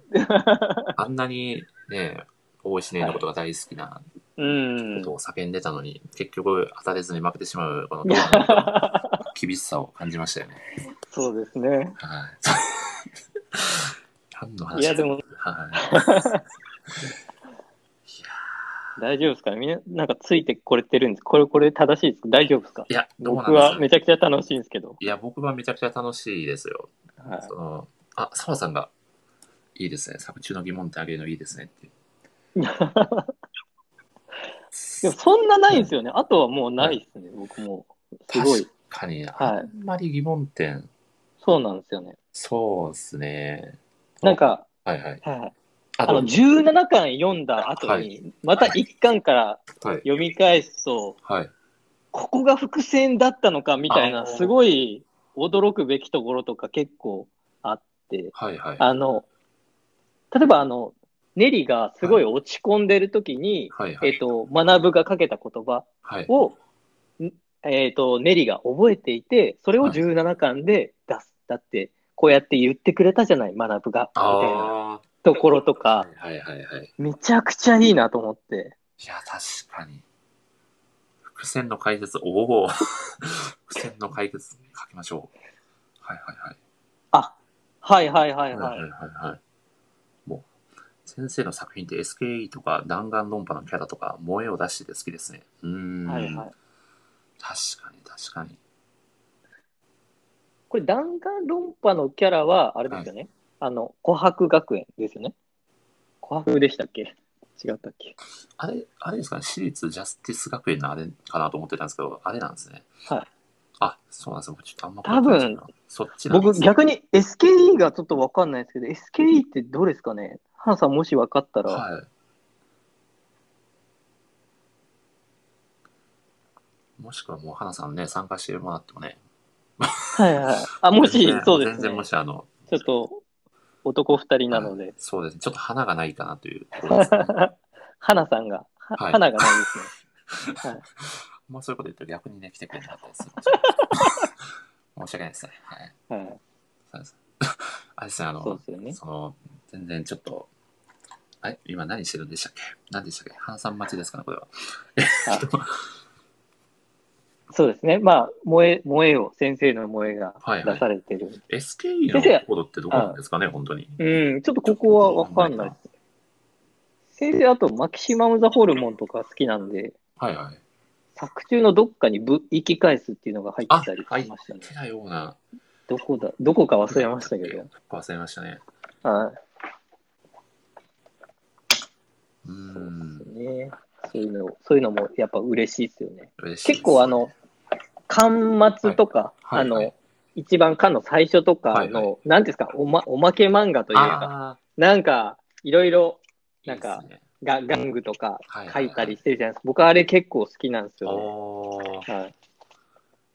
あんなにね、大石ねのことが大好きな
[LAUGHS] うん。
ことを叫んでたのに、結局当たれずに負けてしまう、このトーナメントの厳しさを感じましたよね。
[LAUGHS] そうですね。
はい。何の話
いや、でも、
はい。
大丈夫ですかみんな、なんかついてこれてるんですこれ、これ正しいですか大丈夫ですか
いや、どうなんです
僕
かね
はめちゃくちゃ楽しいんですけど。
いや、僕はめちゃくちゃ楽しいですよ。
はい
そのあ、澤さんが、いいですね。作中の疑問ってあげるのいい [LAUGHS] ですねっていう。
でもそんなないんですよね。あとはもうないですね。僕も。すごい。
確かに、
はい
あんまり疑問点、
そうなんですよね。
そうですね。
なんか、
はいはい。
はい、
あ
あの、17巻読んだ後
は
に、また1巻から
はい。
読み返すと、
はい。
ここが伏線だったのかみたい
あ
な、
ー
すごい驚くべきところとか結構あって、
はいはい。
あの、例えばあの、ネリがすごい落ち込んでる時に、
はいは
えっ
い。
と、学ぶがかけた言葉
はい。
を、んえっと、ネリが覚えていて、それを17巻で出す。だって、こうやって言ってくれたじゃない、学ぶが。みたいな
あ
ところと
あ。は
か、
いはいはい。
めちゃくちゃいいなと思って。
いや、確かに。伏線の解説、お [LAUGHS] お。伏線の解説書きましょう。はいはいはい。
あ、はいはいは
はい
い
は
はい
はいはい。もう、先生の作品って SKE とか弾丸論破のキャラとか、萌えを出してて好きですね。うー
い。
ん。
はいはい。
確かに確かに。
これ、弾丸論破のキャラは、あれですよね。あの、琥珀学園ですよね。琥珀でしたっけ違ったっけ
あれ、あれですかね、私立ジャスティス学園のあれかなと思ってたんですけど、あれなんですね。
はい。
あ、そうなんですよ。僕ちょっとあんま
多分、
そっちなんで
僕、
すね
逆に SKE がちょっとわかんないですけど、SKE ってどうですかねハンさん、もしわかったら。
はい。もしくはもう、花さんね、参加してもらってもね。
はいはい。あ、もし
全然、
そうです
全然
ね
も。し、あの、
ちょっと、男二人なので、
そうですね。ちょっと花がないかなというところ
[LAUGHS]
ですね。
花さんが、は
はい
花がないですね。
まあそういうこと言うと逆にね、来てくれなかったりする。申し訳ないですね。はい。
はい、
そうです。あれですね、あの、
そう
そ
ですよね。
の、全然ちょっと、あれ今何してるんでしたっけ何でしたっけハンさん待ちですかね、これは。えっと、
そうですね。まあ、萌え、萌えを、先生の萌えが
はいはい
出されてる。
SKE のコードってどこなんですかね、本当に。
うん、ちょっとここはわかんない。先生、あと、マキシマム・ザ・ホルモンとか好きなんで、
はいはい。
作中のどっかにぶ生き返すっていうのが入
あ、
ってたり
入
し
っ
ましたね。
てたような。
どこだ、どこか忘れましたけど。。
忘れましたね。
はい。
うー
そ
ん。
うですね。そういうの、そういうのもやっぱ嬉しいですよね。
嬉しいです
結構あの、巻末とか、
はいはい
あの、
はい
一番巻の最初とかの、
はいはい
なんていうんですかおま、おまけ漫画というか、
あ
なんか、いろいろ、
ー
なんか
いいですね
が、ガングとか
はいは
書
いはい
いたりしてるじゃないですか。僕、あれ結構好きなんですよ
おー
ね。は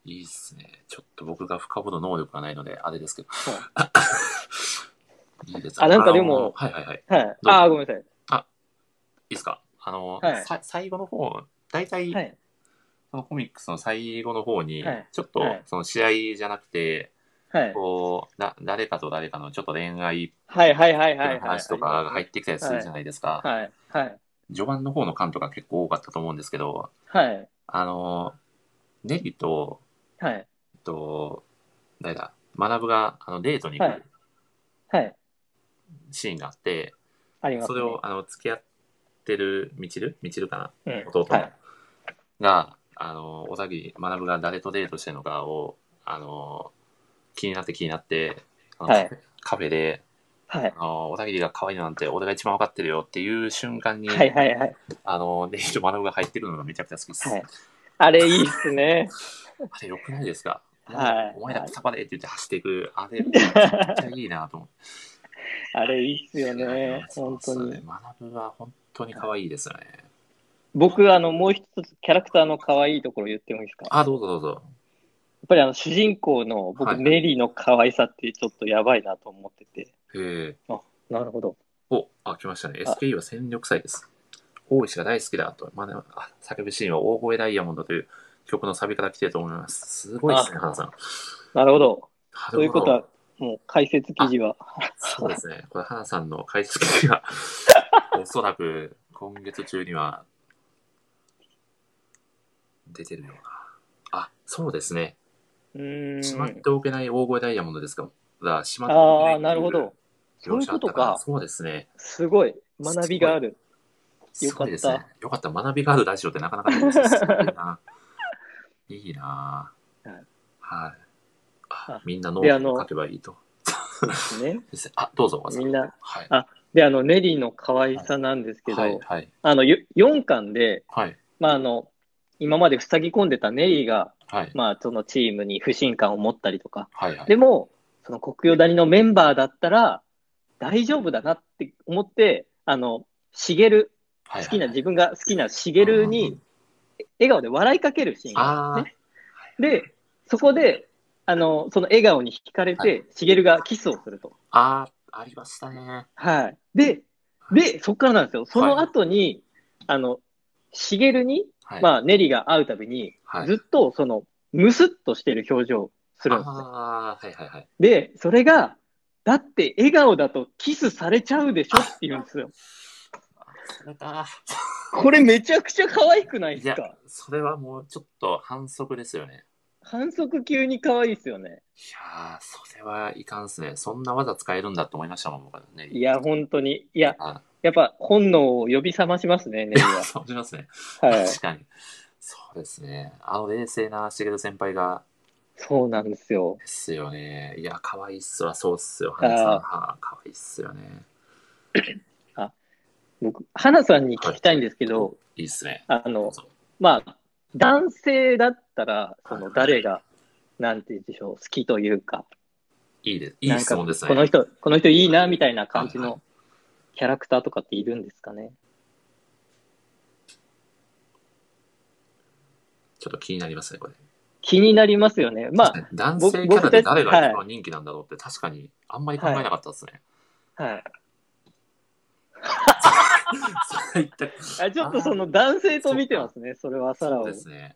い。
いいっすね。ちょっと僕が深掘る能力がないので、あれですけど。 [LAUGHS] いいです
あなんかでも
あのはいはいはい。い
はい。ああ、ごめんなさい。
いですかあの、
はい
さ最後の方、大体、
はい。
そのコミックスの最後の方に、
はい
ちょっと、
はい
その試合じゃなくて、
はい。
こう、だ誰かと誰かのちょっと恋愛
はいはいはいはい。
の話とかが入ってきたりするじゃないですか。
はい。はい。
序盤の方の感とか結構多かったと思うんですけど、
はい。
あの、ネリと、
はい。
えっと、誰だ、学があのデートに行
は
く
いはい。
シーンがあって、
あります、
そ
ね。
れを、あの、付き合ってるみちるみちるかな
うん、
弟の
はい。
が、あの、小崎学が誰とデートしてるのかを、あの、気になって気になって、あの
はい
カフェで、
はい。
あの、小崎が可愛いのなんて俺が一番わかってるよっていう瞬間に、
はいはいはい。
あの、ネイル学が入ってくるのがめちゃくちゃ好きです。
はいあれいいっすね。 [LAUGHS]
あれ良くないですか
はい
お前らくたばれって言って走っていく、あ
[LAUGHS]
れ、めちゃくちゃいいなと思って。
あれいいっす
[LAUGHS]
よね。
そう
本
です
当
ね
に。。
学は本当に可愛いですよね。
僕、あの、もう一つキャラクターの可愛いところ言ってもいいですかやっ
あ、どうぞどうぞ。
ぱりあの、主人公の僕、
はい
メリーの可愛さってちょっとやばいなと思ってて。
へえ。
なるほど。
お、あ、来ましたね。
あ
SKE は戦力祭です。大石が大好きだと、まあ、あ叫ぶシーンは大声ダイヤモンドという曲のサビから来てると思います。すごいですね、花さん。
なるほど。
なるほど
ということは、もう解説記事は。
そうですね。これ、花さんの解説記事
[LAUGHS]
が、おそらく今月中には出てるような。あ、そうですね。
うー
しまっ
ん。
ておけない大声ダイヤモンドですか。だしまっておけ
あ
い
あ、なるほど。。そういうことか。
そうですね。
すごい。学びがある。よかった
すごいですね。よかった。学びがあるラジオってなかなかないです。すごいないいなぁ
はい
はい。あ
あ
みんなノ
で
ー
あ
ト
の
を書けばいいと。
ね。
ですねあ、どうぞ、
みんな。
はい。
で、あの、ネリーの可愛さなんですけど、
はい。はい。
あの、4巻で、
はい。
まああの、今まで塞ぎ込んでたネリーが、
はい。
まあそのチームに不信感を持ったりとか、
はい。はい
でも、その国用谷のメンバーだったら大丈夫だなって思って、あの、しげる、好きな、自分が好きなしげる
うんうんう
に
ん
笑顔で笑いかけるシーンがあるんですね。で、そこで、あの、その笑顔に惹かれ
はい
て、しげるがキスをすると。
ああ、ありましたね。
はい。で、で、そっからなんですよ。その後に、あの、しげるに、
はい。
まあ、ネリが会うたびに、
はい
ずっとその、ムスッとしてる表情をするんですね。
ああ、はいはいはい。
で、それが、だって笑顔だとキスされちゃうでしょって言うんですよ。
それか。
これめちゃくちゃ可愛くない
い
です
や
か、
それはもうちょっと反則ですよね。
反則級に可愛いですよね。
いやー、それはいかんっすね。そんな技使えるんだと思いましたもん、僕はね。
いや、本当に。いや、
あ
やっぱ本能を呼び覚ましますね、ネリは。
そうしますね。
[LAUGHS] はい。
確かに。そうですね。あの冷静な茂先輩が、
そうなんですよ。
ですよね。いや、可愛いっすわ、そうっすよ、花さん。
あー
はあ、可愛いっすよね。
僕、花さんに聞きたいんですけど、
いいっすね。
あ
ど
の
う、ぞ
まあ、男性だったら、その誰が、なんて言うんでしょう、好きというか、
いいです。い
ないん
質
か
問ですね。
この人、この人いいな、みたいな感じ
はいは
のキャラクターとかっているんですかね。
ちょっと気になりますね、これ。
気になりますよね。ま
確かに男性キャラで誰が一番人気なんだろうって、確かにあんまり考えなかったですね。
あ、はい。
それ一体
あちょっとその男性と見てますね、それはサ
[LAUGHS]
ラ
そう
を
で。すね。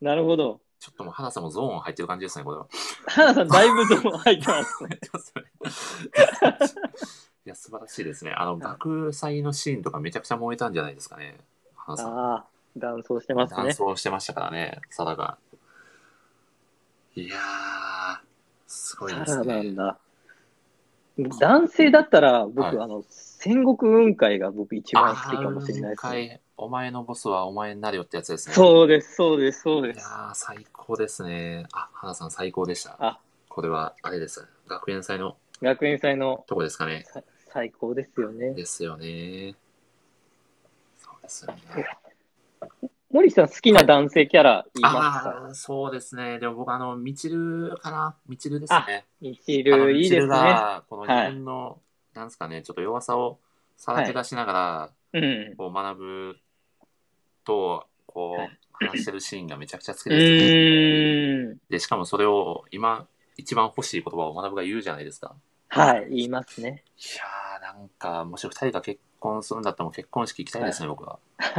なるほど。
ちょっともう花さんもゾーン入ってる感じですね、これは。
花さん、だいぶゾーン入っ
[LAUGHS]
てますね。
入ってますよねいや、素晴らしいですね。あの、学祭のシーンとかめちゃくちゃ燃えたんじゃないですかね、花さん。
ああ、男装してますね。
断層してましたからね、サラが。いやー、すごいで
タ
す
ラな
ね。
んだ。男性だったら、僕、
はい
あの、戦国雲海が僕一番好きかもしれない
一
です、ね。
回、お前のボスはお前になるよってやつですね。
そうです、そうです、そうで
い
す
や。ー、最高ですね。あ、花さん最高でした。
あ
これは、あれです。学園祭の
学園祭の
とこですかね。
さ最高ですよね。
ですよね。そうですよね。
森さん、好きな男性キャラ言いますか
ああー、そうですね。でも僕、あの、みちるかな。みちるですね。
みち
あの
る、いい
みち
で
る
すね。
が、この自分の、なんですかね、ちょっと弱さをさらけ出しながら、
うん。
こう学ぶと、こ
は
う、話してるシーンがめちゃくちゃ好き
う
です、ね
ーん。
で、しかもそれを今、一番欲しい言葉を学ぶが言うじゃないですか。
はい、言いますね。
いやー、なんか、もし二人が結婚するんだったら、もう結婚式行きたいですね、僕は。 [LAUGHS]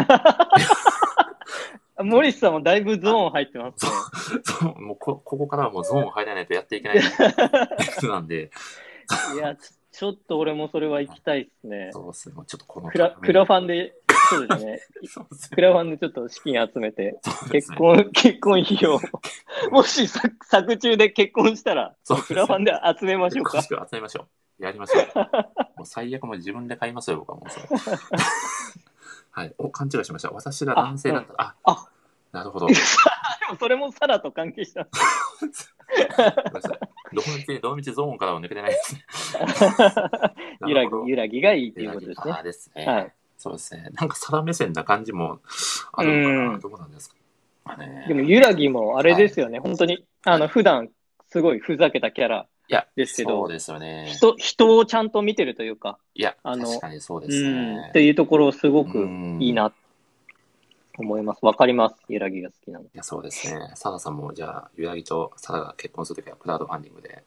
森さんもだいぶゾーン入ってますね。
そうもうこ、ここからはもうゾーン入らないとやってい
[LAUGHS]
けない人なんで、
いや、ちちょっと俺もそれは行きたいですね。
そうですね、もうちょっとこの
クラクラファンで、そうで
[LAUGHS]
すね。
そうです
ク
ね。
ラファンでちょっと資金集めて、
そうです
結
ね
婚、 [LAUGHS] 結婚費用を、もし作作中で結婚したら、
そうです
ク
ね
ラファンで集めましょうか
結。婚式を集めましょう。やりましょう。もう最悪もう自分で買いますよ、僕はもうそれ。
[LAUGHS]
はい。お、勘違いしました。私が男性だった。あ、
あ、
なるほど。
で
ご
もそれもサラと関係した。
めんなさい。どの道、どの道ゾーンからは抜けてないです
[LAUGHS]
ね。
ゆら
[LAUGHS] なるほど
ぎ、ゆらぎがいいと
ゆ
い
ら
う
ぎ
ことです
あー
ね。
ですね。
はい。
そうですね。なんか皿目線な感じもあるのか
う
な。
ん
どうなんですかね。
でも、ゆらぎもあれですよね。本当に、あの、普段、すごいふざけたキャラ。
いや、
ですけど
そうですよね。
人、人をちゃんと見てるというか、
いや、
あの
確かにそうで
う
す
ん、
ね
っ。ていうところ、すご
う
く
ん
いい。な、思います。わかります。ゆらぎが好きなの。
いや、そうですね。サダさんも、じゃあ、ゆらぎとサダが結婚するときは、クラウドファンディングで、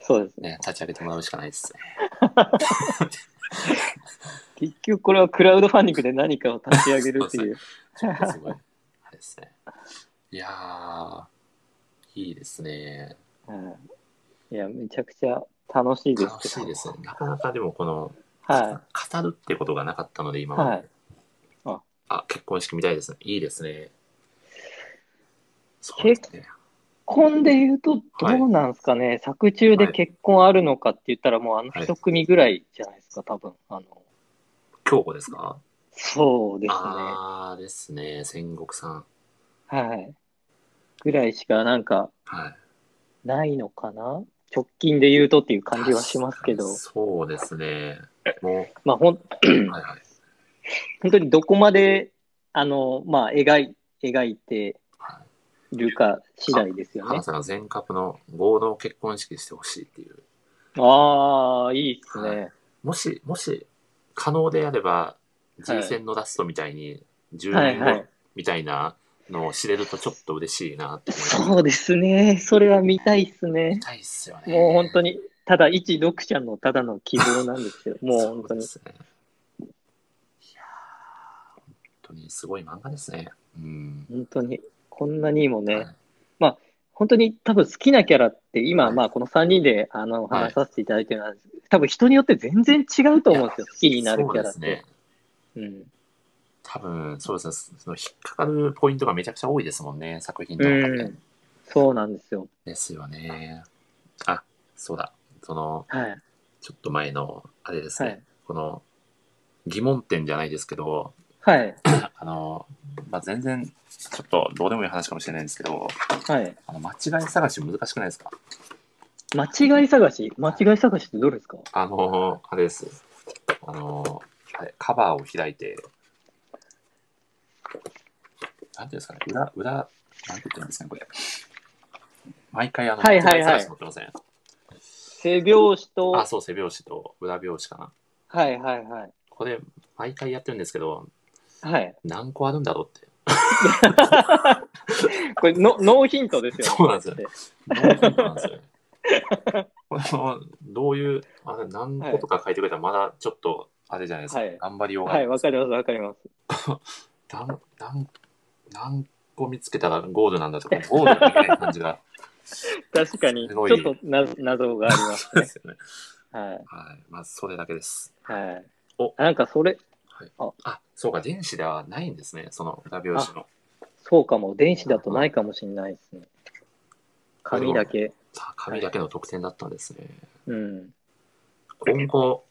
そうですね。
ね、立ち上げてもらうしかないですね。
結局これはクラウドファンディングで何かを立ち上げるっていう。
ちょっとすごい。あれですね。いやー、いいですね。
うんいや、めちゃくちゃ楽しいです
楽
けど。
しいですね。なかなかでも、この、
は
語るってことがなかったので、今
い。
まで
はい。
あ、結婚式みたいですね。いいですね。そうです
結
ね。
婚で言うと、どうなんですかね、作中で結婚あるのかって言ったら、もうあの一組ぐらいじゃないですか、多分。あの、
京子ですか
そうですね。は
あーですね。戦国さん。
い。ぐらいしかなんか
はい。
ないのかな直近で言うとっていう感じはしますけど、
そうですね。も
まあほん
う、はいはい。
本当にどこまで、あの、まあ描い、描いて
はい
るか次第ですよね
花。さんが全カップの合同結婚式してほしいっていう。
ああ、いいですね。
もし、もし、可能であれば、
はい
G 戦のラストみたいに、10
はい
年
はい
後。みたいなのを知れるとちょっと嬉しいなって思います。
そうですね。それは見たいですね
見。たいっすよね。
[LAUGHS] もう本当
に、
に、ただ一読者のただの希望なんです [LAUGHS] けど、もう本当に。
すね。いやー本当にすごい漫画ですね。うん。
本当に。こんなにも
は
ね
い、
本当に多分好きなキャラって今、
はい
まあこの3人であの
はい
話させていただいてるのは、多分人によって全然違うと思うんですよ。好きになるキャラっ
そう
て
ですね。。
うん
多分、そうですね。その引っかかるポイントがめちゃくちゃ多いですもんね、作品とかね。
うん。そうなんですよ。
ですよね。あ、そうだ。その、
はい。
ちょっと前の、あれですね。
はい
この、疑問点じゃないですけど、
はい。
あの、まあ、全然、ちょっとどうでもいい話かもしれないんですけど、
はい。
あの間違い探し難しくないですか
間違い探し間違い探しってどれですか
あの、あれです。あの、あれカバーを開いて、なんていうんですかね、裏、裏、なんて言ってるんですかね、これ。毎回あの、
はいは
間
いはい
違い探し持ってません。
背拍子と、
あ、そう、背拍子と裏拍子かな。
はいはいはい。
これ、毎回やってるんですけど、
はい。
何個あるんだろうって。
これの、ノーヒントですよね。
そうなんですよどうい
だって
うことなんですよねこれもどういう、あれ何個とか書いてくれたらまだちょっと、あれじゃないですか、
はい
頑張りようがな、
はいい、わかります、わかります。
何何何個見つけたらゴールなんだとか、ゴールみたいな感じが。
確かに、ち
す
ょ
ご
っ
い
とな謎がありま
そ
す [LAUGHS]
うで
ね。
すよね。
はい。
はい。まあ、それだけです。
はい。
お
なんかそれ、
はい
あ、
あ、そうか、電子ではないんですね、その裏表紙の。
そうかも、電子だとないかもしれないですね。紙だけ。
紙だけの特典だったんですね。
うん。
今後、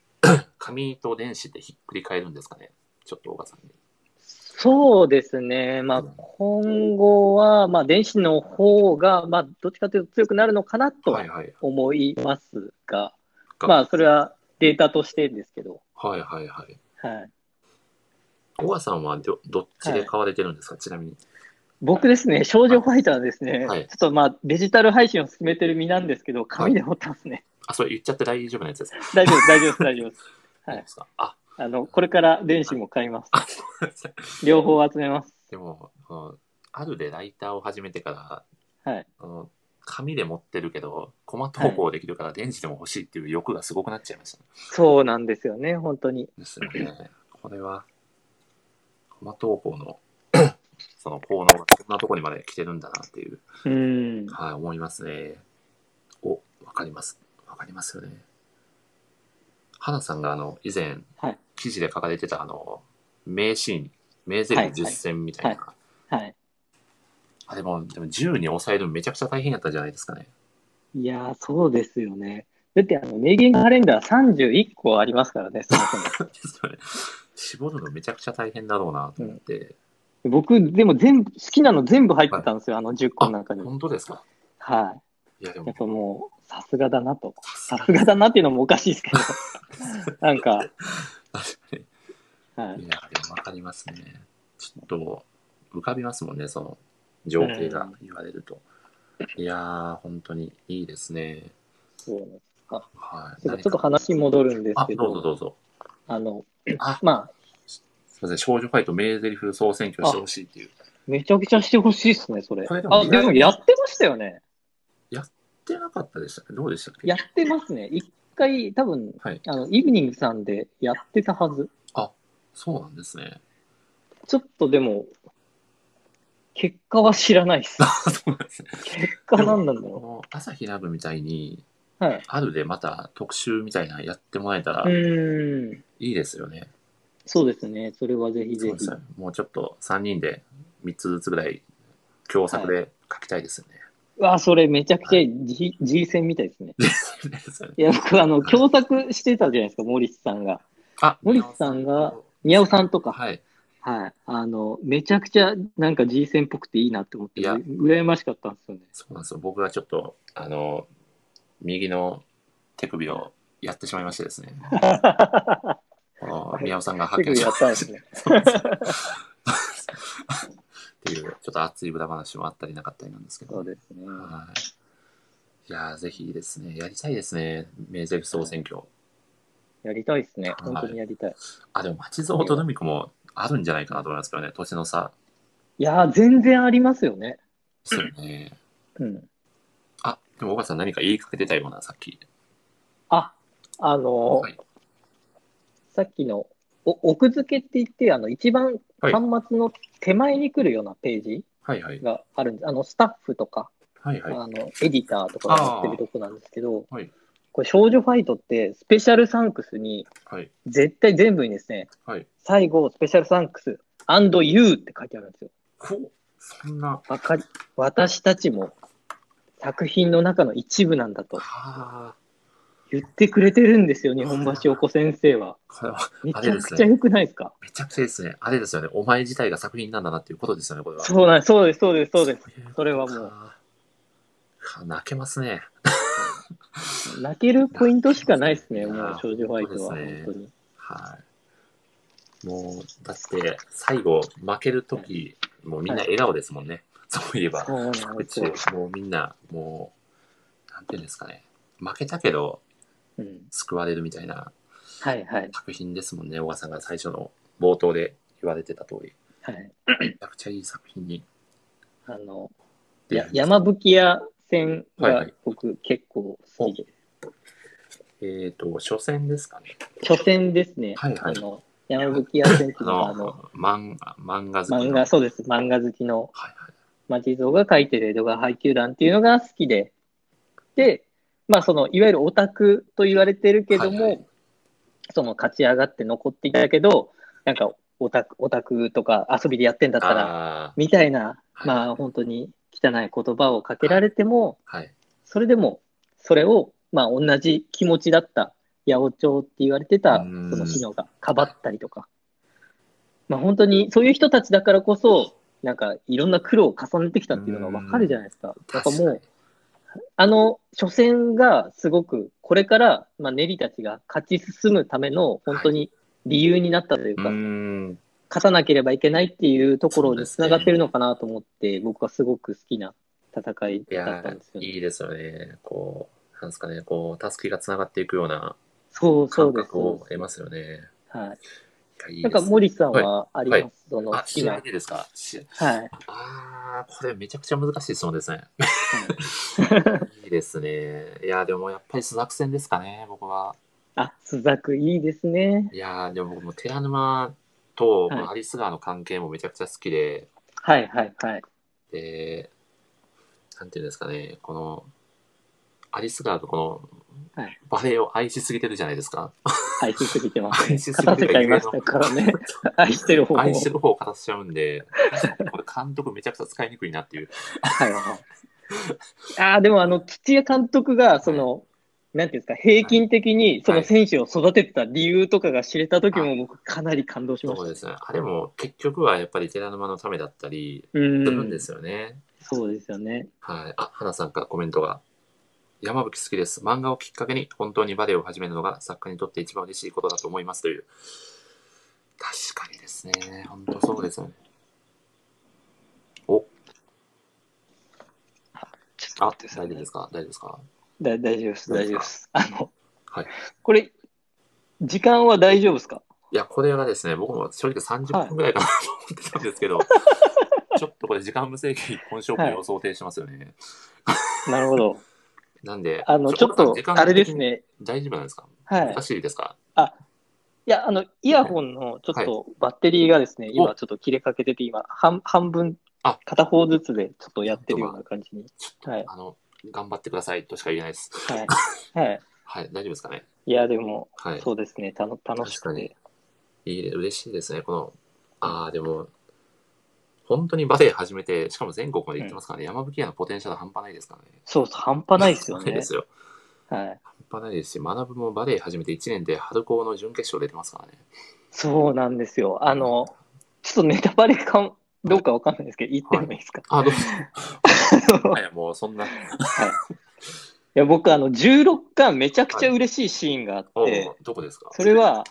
紙と電子ってひっくり返るんですかねちょっと大賀さんに。
そうですね。まあ、今後は、まあ、電子の方が、まあ、どっちかというと強くなるのかなと
はいはい。
思いますが、
が
まあ、それはデータとしてですけど、
はいはいはい。
はい。
小川さんはどどっちで買われてるんですか、ちなみに。
僕ですね、少女ファイターですね、
はい
ちょっとまあ、デジタル配信を進めてる身なんですけど、紙で持ってますね。
あ、それ言っちゃって大丈夫なやつですか、
大丈夫です、大丈夫です、大丈夫です。はい
ですかあ、 [LAUGHS]
あの、これから電子も買います。
あ、そうなんですね
両方集めます。
でも、うんあるでライターを始めてから、
はい。
あの紙で持ってるけど、コマ投稿できるから電子でも欲しいっていう欲がすごくなっちゃいましたね。
そうなんですよね、本当に。
ですよね。これは、コマ投稿の [CLEARS THROAT] その効能がこんなとこにまで来てるんだなっていう、
うん。
はい、思いますね。お、わかります。わかりますよね。花さんがあの、以前、
はい
記事で書かれてたあの、名シーン、名ゼリフ実践みたいな、
はいはい。
あ、でも、でも10に抑えるのめちゃくちゃ大変やったんじゃないですかね。 [LAUGHS]
いやー、そうですよね。だって、あの、名言カレンダー31個ありますからね、そもそも。
ですよね。絞るのめちゃくちゃ大変だろうなと思って。
僕、でも全部、好きなの全部入ってたんですよ、あの10個の中に。
本当ですか
はい
や、で
い。
も
やっ、ぱもう、さすがだなと。さすがだなっていうのもおかしいですけ
[LAUGHS]
ど。なんか、
確かに。
はい
い。や、でもわかりますね。ちょっと浮かびますもんね、その情景が言われると。いやー、本当にいいですね。
そうなんです
はい。
ちょっ
何か
と話戻るんです
あ、
け
どうぞ
ど、
どうぞ。
あの、
あ、
まあ、
すいません、少女ファイト名台詞総選挙してほしいっていう。
めちゃくちゃしてほしいですね、それ。
これでも
あ、でもやってましたよね。
やってなかったでしたっけどうでしたっけ
やってますね。一回、多分、
はい。
あの、イブニングさんでやってたはず。
そうなんですね。 [LAUGHS]
ちょっとでも、結果は知らないっ
[LAUGHS]
す。
そうなんですね。
結果何なんだ
こ
ろ
の朝日ラブみたいに、
う。はい。
春でまた特集みたいなのやってもらえたら
う
い
ーん。
いですよね。
そうですね。それはぜひ
そ
ぜ
うで
ひ
す。ね。もうちょっと3人で3つずつぐらい共作で書きたいですよね。
うわ、それめちゃくちゃ G, G 戦みたいですね。
ですよね
いや、僕、あの、共作してたじゃないですか、モリスさんが。
あ、
森田さんが宮尾さんとか。
はい。
はい。あの、めちゃくちゃ、なんか G 戦っぽくていいなって思って、
いや
羨ましかったんですよね。
そうなんですよ。僕はちょっと、あの、右の手首をやってしまいましてですね。この宮尾さんが
[LAUGHS] す
発
ぐ
見し
や
ま
っ
した
ん
たっ
ですね。
ていう、ちょっと熱い裏話もあったりなかったりなんですけど。
[LAUGHS] そ
は
うですね。
い。いやーぜひですね、やりたいですね、名ゼリフ総選挙。
やりたいですね。
い
本当にやりたい。い、
あ、でも、町蔵とルミ子もあるんじゃないかなと思いますけどね、年の差
やー、全然ありますよね。
ですよね。
うん。
あ、でも、小川さん何か言いかけてたような、さっき。
あ、あのー
はい
さっきの、お奥付けって言って、あの、一番
は
端
い
末の手前に来るようなページ
はいはい。
があるんです。あの、スタッフとか、
はいはい。
あの、エディターとかがやってるとこなんですけど、
はい
これ、少女ファイトって、スペシャルサンクスに、
はい。
絶対全部にですね、
はい。
最後、スペシャルサンクス、and you って書いてあるんですよ。
こう、そんな。
わかり、私たちも作品の中の一部なんだと
はあ。
言ってくれてるんですよ、日本橋お子先生は。
これは、
め
あ
ち
れ
ゃ
で
く
す
ちゃ
ね
良くないですか
めちゃくちゃですね。あれですよね。お前自体が作品なんだなっていうことですよね、これは。
そうなんです、そうです、そうです、そうです。
いことか
それはもう。
か泣けますね。
泣けるポイントしかないですね、
いや
も
ー
う、少女ファイトは、
本当ですね
本当に。
はい。もう、だって、最後、負けるとき、もうみんな笑顔ですもんね。そういえば。
そうなん
う
です
ち
よ。、
もうみんな、もう、なんていうんですかね。負けたけど、
うん、
救われるみたいな
はい、はい、
作品ですもんね。小川さんが最初の冒頭で言われてた通り。
はい。
めちゃくちゃいい作品に。
あの、や山吹屋戦が僕結構好きで、
えっ、と、初戦ですかね。
初戦ですね、
はいはい
あの山吹屋戦っていう
あ
のは、あの、
の、漫画、漫画好きの。
漫画、そうです。漫画好きの
はいはい。
町蔵が書いてる江戸川配給団っていうのが好きで。で、まあその、いわゆるオタクと言われてるけども、
はいはい
その勝ち上がって残っていたけど、なんかオタク、オタクとか遊びでやってんだったら、
あ
みたいな、
はい
まあ本当に汚い言葉をかけられても、
はい。
それでも、それを、まあ、同じ気持ちだった、八百長って言われてた、そ
うん
の資料がかばったりとか、まあ、本当に、そういう人たちだからこそ、なんか、いろんな苦労を重ねてきたっていうのがわかるじゃないですか。やっぱもう、あの、初戦がすごく、これから、まあ、ネリたちが勝ち進むための、本当に理由になったという
う
か、
ーん。
勝たなければいけないっていうところにつながって
そうですね
るのかなと思って、僕はすごく好きな戦い
い
だ
や
ったんです
ー、
よね。
いいですよね。こう、なんですかね、こう、たすきがつながっていくような
そうそう
感
です
覚。を得ますよね。
はいい。
や
なんか、
いい
森さんはあります、その
です
好
あ、
き
試合
な。
でですかし
はい。
あー、これめちゃくちゃ難しい質問ですね。 [LAUGHS] いいですね。いやー、でもやっぱりスザク戦ですかね、僕は。
あ、スザクいいですね。
いやー、でも僕も寺沼と、
はい
まあアリスガーの関係もめちゃくちゃ好きで、
はいはいはい。
で、なんていうんですかね、この、アリスガーとこの、
はい
バレエを愛しすぎてるじゃないですか。
愛しすぎてます、ね
愛。しすぎて
勝たせちゃいましたからね。愛してる方も。
愛してる方を勝たせちゃうん
[LAUGHS]
で、これ監督めちゃくちゃ使いにくいなっていう。
はいはい。ああ、でもあの、土屋監督が、その、なんていうんですか、平均的にその選手を育ててた理由とかが知れた時
は
も僕かなり感動しま
そうで
した。
すね。あれも結局はやっぱり寺沼のためだったり
う
するんで
ん。
すよね。
そうですよね。
はい。あ、花さんからコメントが。山吹好きです。漫画をきっかけに本当にバレエを始めるのが作家にとって一番嬉しいことだと思いますという。確かにですね。本当そうですよね。お、
ちょっと
あ、
待ってくださ
大
い
丈夫
ね
ですか大丈夫ですか
だ大丈夫です、
どうで
大
す
丈
か
夫です。あの、
はい
これ、時間は大丈夫ですか
いや、これはですね、僕も正直30分ぐらいかなと思ってたんですけ
[LAUGHS]
ど、ちょっとこれ時間無制限一本勝負を想定してますよね。
なるほど。
なんで、
あの、ちょっと
時、間
あれですね。
大丈夫なんですか
はい
難。しいですか
いや、あの、イヤホンのちょっとバッテリーがですね、今ちょっと切れかけてて、今、半半分
あ、
片方ずつでちょっとやってるような感じに。はい。
あの、頑張ってくださいとしか言えないです。
[LAUGHS] はい。はい。
はい、大丈夫ですかね
いや、でも、
はい。
そうですね、たの楽しくて。
いいね、嬉しいですね。この、ああ、でも、本当にバレエ始めて、しかも全国まで行ってますからね、山吹屋のポテンシャル半端ないですからね。
そうそう、半端ないですよ
半端ない
ね
で。すよ。
はい。
半端ないですし、学ぶもバレエ始めて1年で春高の準決勝出てますからね。
そうなんですよ。あの、ちょっとネタバレかんどうかわかんないですけど、言ってもいいですか
あ、どうぞ。
あ [LAUGHS] の
いや、もうそんな。
いや、僕、あの、16巻めちゃくちゃ嬉しいシーンがあって、
おうどこですか
それは、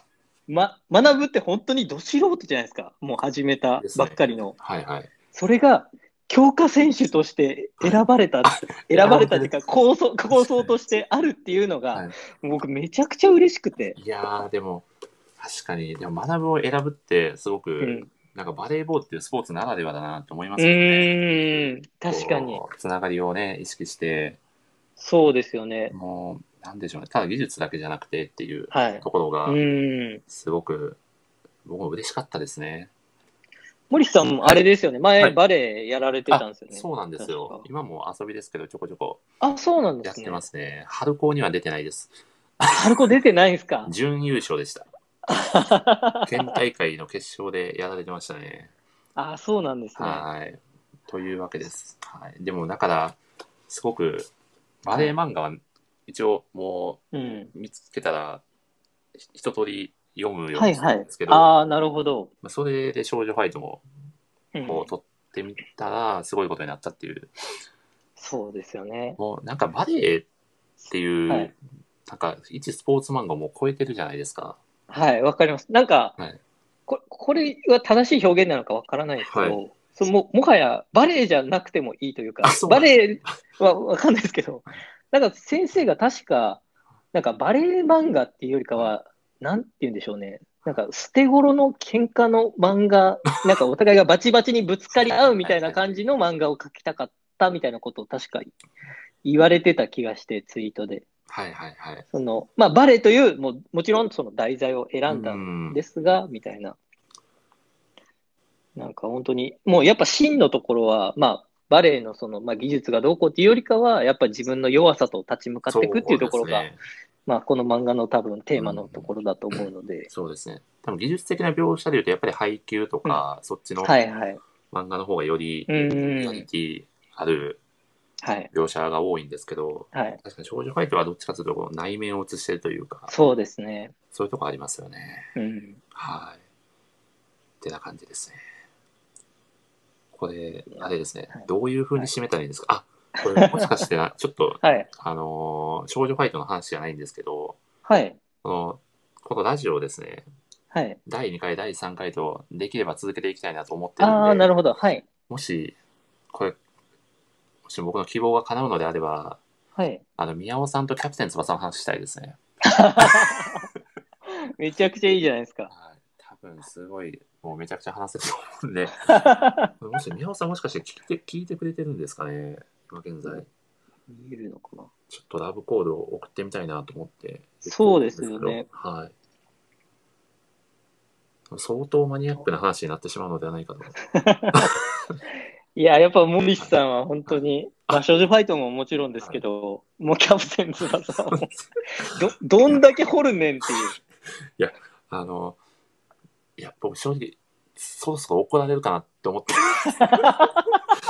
ま、学ぶって本当にど素人じゃないですか。もう始めたばっかりの。
はいはい。
それが、強化選手として選ばれた、選ばれたっていうか、構想、構想としてあるっていうのが、
はい
僕めちゃくちゃ嬉しくて。
いやー、でも、確かに、でも、学ぶを選ぶって、すごく、
うん。
なんかバレーボールっていうスポーツならではだなと思いま
う
すよね。
ーん、確かに。
こう。つながりをね、意識して、
そうですよね。
もう、なんでしょうね、ただ技術だけじゃなくてっていう
はい。
ところが
う、ーん。
すごく、僕も嬉しかったですね。
森さんもあれですよね。前、
はい
バレエやられてたんですよね。
そうなんです
確
よ
か。
今も遊びですけど、ちょこちょこ
あ、そうなんで
やっ
す
て
ね。
ますね。春高には出てないです。
春子出てないんですか
準優勝でした。県大会の決勝でやられてま
[LAUGHS]
したね。
[LAUGHS] あ、そうなんですね。
はい。というわけです。はい。でも、だから、すごく、バレエ漫画は、一応、も
うん。
う、見つけたら、ひ一通り読むよう
は
に
い
した
は
ん
い
ですけ。ど、
ああ、なるほど。
まあそれで少女ファイトも、
うん
こう、撮ってみたら、すごいことになったっていう。
そうですよね。
もう、なんか、バレエっていう、
はい
なんか、一スポーツ漫画をもう超えてるじゃないですか。
はい、わかります。なんか、
はい
ここれは正しい表現なのかわからないですけど、
は
そのももはやバレエじゃなくてもいいというか
あ、そうな
バ
んだ
レエはわかんないですけど、なんか先生が確か、なんかバレエ漫画っていうよりかは、なんて言うんでしょうね。なんか捨て頃の喧嘩の漫画、なんかお互いがバチバチにぶつかり合うみたいな感じの漫画を描きたかったみたいなことを確か言われてた気がして、ツイートで。
はいはいはい。
そのまあ、バレエというもう、もちろんその題材を選んだ
うんん
ですが、みたいな。なんか本当に、もうやっぱ真のところは、まあ、バレエのその、まあ、技術がどうこうっていうよりかは、やっぱ自分の弱さと立ち向かっていくっていうところが、
そうですね
まあ、この漫画の多分テーマのところだと思うので、
そうですね。多分技術的な描写で言うと、やっぱり配給とか、そっちの
はいはい。
漫画の方がより
うんう
リアリ
ん、
ティある
はい。
描写が多いんですけど、
はい。
確かに少女ファイトはどっちかというとこう内面を映してるというか、
そうですね。
そういうとこありますよね。
うん。
はい。ってな感じですね。これ、あれですね
はい。
どういう風に締めたらいいんですか、あ、これもしかして [LAUGHS] な、ちょっと、
はい。
あのー少女ファイトの話じゃないんですけど、
はい。
この、このラジオをですね、
はい。
第2回、第3回と、できれば続けていきたいなと思ってるんで、
ああ、なるほど。はい。
もし、これ、もし僕の希望が叶うのであれば、
はい。
あの、宮尾さんとキャプテン翼の話したいですね。
めちゃくちゃいいじゃないですか。
はい。多分、すごい、もうめちゃくちゃ話せると思
[LAUGHS]
うんで、これもし、宮尾さんもしかして聞いて、聞いてくれてるんですかね今現在。
見えるのかな。
ちょっとラブコールを送ってみたいなと思って。
そうですよね。
はい。相当マニアックな話になってしまうのではないかと。
いや、やっぱモリスさんは本当に、まあ、少女ファイトももちろんですけど、もうキャプテン翼も、 [LAUGHS] ど、どんだけ掘るねんっていう。
あの、いや、僕正直、そろそろ怒られるかなって思ってあ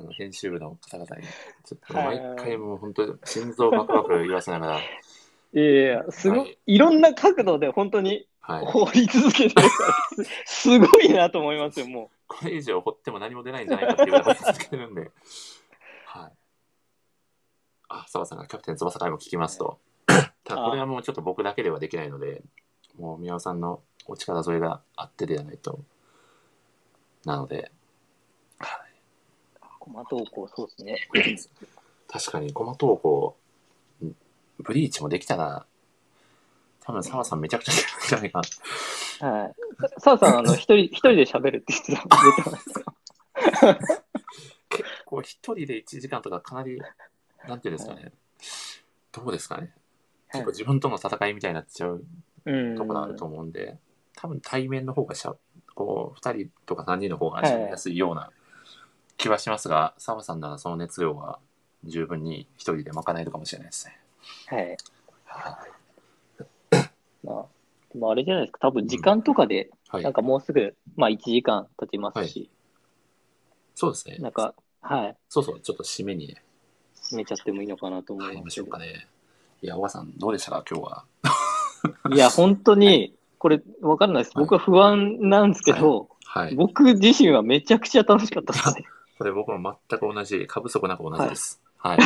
の編集部の方々に、ちょっと毎回もう本当に心臓バクバク言わせながら、
いやいや、すご、
はい
いろんな角度で本当に
はい、
掘り続けてるから、す [LAUGHS] すごいなと思いますよ、も
これ以上掘っても何も出ないんじゃないかっていうことを続けてるんで、はい。あ、澤さんがキャプテン翼からも聞きますと、ただこれはもうちょっと僕だけではできないので、もう宮尾さんのお力添えがあってではないと、なので、
う。コマ投稿、そうですね。
確かにコマ投稿んブリーチもできたら多分澤さんめちゃくちゃできるんじゃないかな
はい。さ澤さん、あの、一人、一人で喋るって言ってたの出てますか
結構一人で1時間とかかなりなんていうんですかね、どうですかね結構自分との戦いみたいになっちゃう
うん。
ところあると思うんで、多分対面の方がしゃこう2人とか3人の方がしゃべりやすいような気はしますが澤さんならその熱量は十分に一人で賄えるかもしれないですね。
はい。まあ、でもあれじゃないですか、多分時間とかで、
はい
なん、かもうすぐ、まあ1時間経ちますし、
そうですね
なんか、はい、
そうそうちょっと締めにね
進めちゃってもいいのかなと思
はいい、
ま
ますし
け
ょう
ど。
かね。いや、おばさん、どうでしたか、今日は。
いや、本当に、これ、わかんないです。僕は不安なんですけど、
はい。
僕自身はめちゃくちゃ楽しかった
[LAUGHS]
ですね。
これ僕も全く同じ、過不足なく同じです。はい。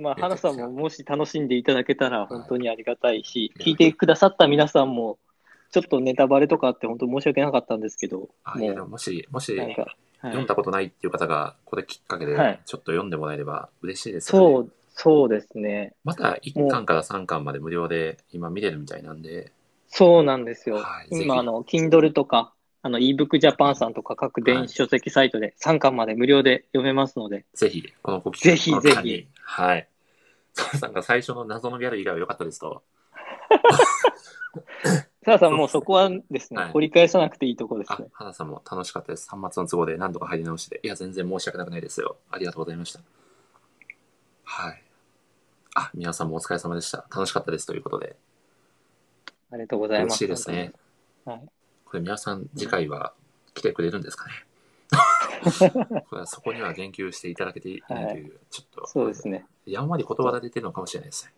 まあ、
めちゃ
花
くちゃ
さんももし楽しんでいただけたら本当にありがたいし、
はい
聞いてくださった皆さんも、ちょっとネタバレとかあって本当申し訳なかったんですけど、
あい
も
や
う
でももし、もし、
なんか、はい
読んだことないっていう方が、これきっかけで、ちょ
はい
っと読んでもらえれば嬉しいですよね、
そう、そうですね。
また1巻から3巻まで無料で今見れるみたいなんで、
そうなんですよ。
はいぜひ
今、あの、Kindle とか、あの、ebook Japan さんとか各電子書籍サイトで3巻まで無料で読めますので、
ぜひ、このご機
ぜひ
この機会
ぜ
に。はい。 [LAUGHS] 澤さんが最初の謎のギャル以外は良かったですと。
さあさんもうそこはですね、
はい
掘り返さなくていいところです
あ
ね。、
花さんも楽しかったです。端末の都合で何度か入り直して。いや、全然申し訳なくないですよ。ありがとうございました。はい。あ、皆さんもお疲れ様でした。楽しかったですということで。
ありがとうございま
嬉
す。
しいですね。
はい。
これ皆さん、次回は来てくれるんです
[LAUGHS]
かね。これはそこには言及していただけていないという、ちょっと、
そうですね。
やんわり言葉が出てるのかもしれないですね。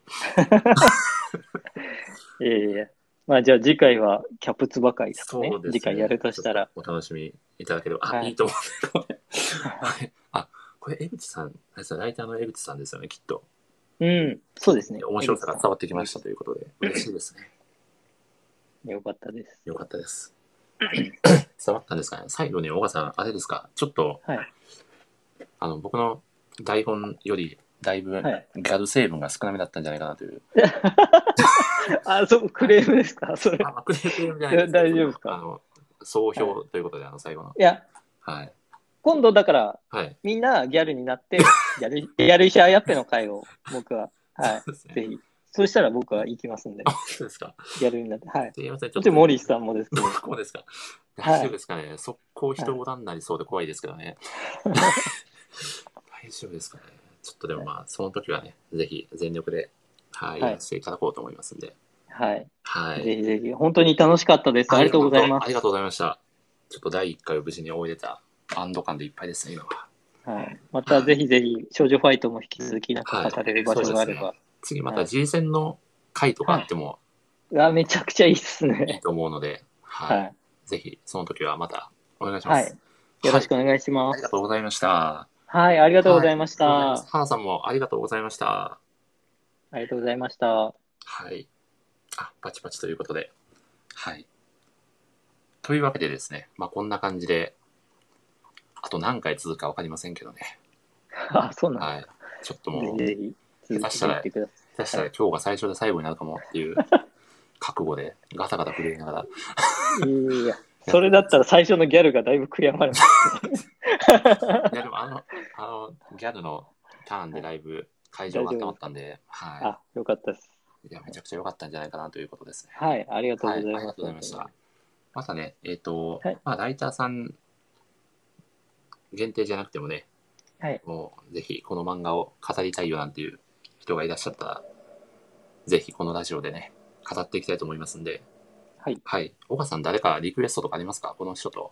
いえいえ。まあじゃあ次回はキャプツバ会です
そう
ね。
ですね。
次回やるとしたら。。
お楽しみいただければ。あ、
はい
い、いと思う。これ [LAUGHS] はい。あ、これ江口さん、あれですねライターの江口さんですよね、きっと。
うん、そうですね。
面白さが伝わってきましたということで、嬉しいです
[LAUGHS]
ね。
よかったです。
よかったです。伝わったんですかね。最後に、小川さん、あれですか、ちょっと、
はい
あの、僕の台本より、だいぶ
はい、
ギャル成分が少なめだったんじゃないかなと
[LAUGHS]
いう。
あ、そう、クレームですかそれ。
あ、まあクレームじゃないいで
や
す
[LAUGHS] 大丈夫ですか
あの、総評ということで、あの、最後の。
いや、
はい。
今度だから、
はい。
みんなギャルに
[LAUGHS]
なって、ギャル、ギャル医者やっぺの会を、僕は、は
そうですね
い、ぜひ。そうしたら僕は行きますんで
あ、、そうですか。
ギャルになって、はい。
すいません、ち
ち
ょ
ょ
っ
っ
と。
とモリスさんもですけど、
こうですか。
はい
大丈夫ですかね。速攻人を段になりそうで怖いですけど
[LAUGHS]
ね。大丈夫ですかね。ちょっとでもまあ、その時はね、ぜひ全力で、はい、
はい
やらせていただこうと思いますんで。
はい。
はい。
ぜひぜひ、本当に楽しかったです。ありがとうございます
あ。りがとうございました。ちょっと第1回を無事に終えれた。バンド感でいっぱいですね、今は。
はい、またぜひぜひ、少女ファイトも引き続きなんか語れる場所があれば。
は次また
はい
G 戦の回とかあっても
うわめちゃくちゃいいっす
いい
ね。
と思うので、
は
はいい。。ぜひ、その時はまたお願いしま
は
す。
い。よろしくお願いし
あ
ま
り
す。
がとうございました。
はい、ありがとうございました。
はいハーさんもありがとうございました。
ありがとうございました。
はい。あ、パチパチということで。はい。というわけでですね、まあこんな感じで、あと何回続くかわかりませんけどね。
あ、そうなん
はい。ちょっと
で
もう、
すね。
下
ぜひぜひ、続けていってください。
手したら今日が最初で最後になるかもっていう覚悟で、ガタガタ震えながら。
いや、それだったら最初のギャルがだいぶ悔やまれます。
いやでもあの、あの、ギャルのターンでライブ、会場が温まったんで、は
あ、よかったです。
い。いや、めちゃくちゃ良かったんじゃないかなということですね。
はい、ありがとうご
は
ざ
い、あ
いま
り
す。
がとうございました。またね、えっ、と、
はい
まあ、ライターさん限定じゃなくてもね、
はい
もうぜひこの漫画を語りたいよなんていう人がいらっしゃったら、ぜひこのラジオでね、語っていきたいと思いますんで、
はい。
はい。岡さん、誰かリクエストとかありますかこの人と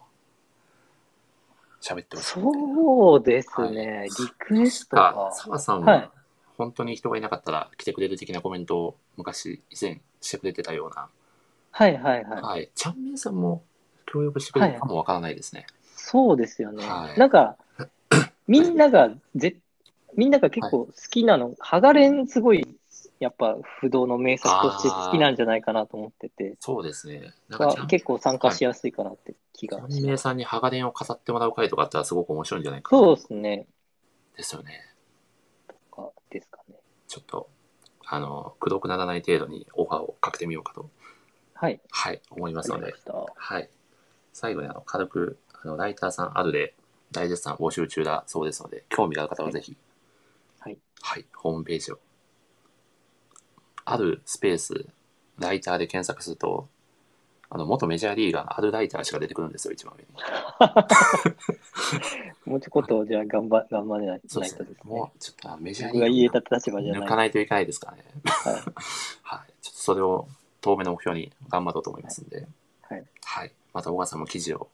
喋ってほしい。
そうですね、リクエスト
あ
が。
澤さん
は
はい本当に人がいなかったら来てくれる的なコメントを昔、以前してくれてたような、
はいはいはい。
はい。ちゃんみんさんも協力してくれるかもわからないですね。
そうですよね。
はい
な
[COUGHS]
んか、みんながぜ、みんなが結構好きなの、ハガレンすごい、やっぱ不動の名作として好きなんじゃないかなと思ってて、
そうですね。なんかちゃ
が
ん、
結構参加しやすいかなって気が
ちゃん
し
み
ま
ん
す。
さんにハガレンを飾ってもらう回とかあったらすごく面白いんじゃないか
そうですね。
ですよね。
かですかね。
ちょっと、あの、くどくならない程度にオファーをかけてみようかと、
はい。
はい、思います
わ
の
かり
で
ま、した。は
はい。最後にあの、軽く、あの、ライターさんあるで、大絶賛募集中だそうですので、興味がある方はぜひ、
はい。
はい、ホームページを。あるスペース、ライターで検索すると、あの、元メジャーリーガー、あるライターしか出てくるんですよ、一番上に。
もうちょこっと、じゃあ頑張頑張れない
そう
な
で
い
す
と
ね
で。すね。
もう、ちょっとあのメジャーリー
僕が
ガ
言え
ー
た立場じゃ
抜
な
か
い。はい。
ないといけないですからね。 [LAUGHS] はい。ちょっとそれを当面の目標に頑張ろうと思いますんで。
はい。
はい。また小川さんも記事を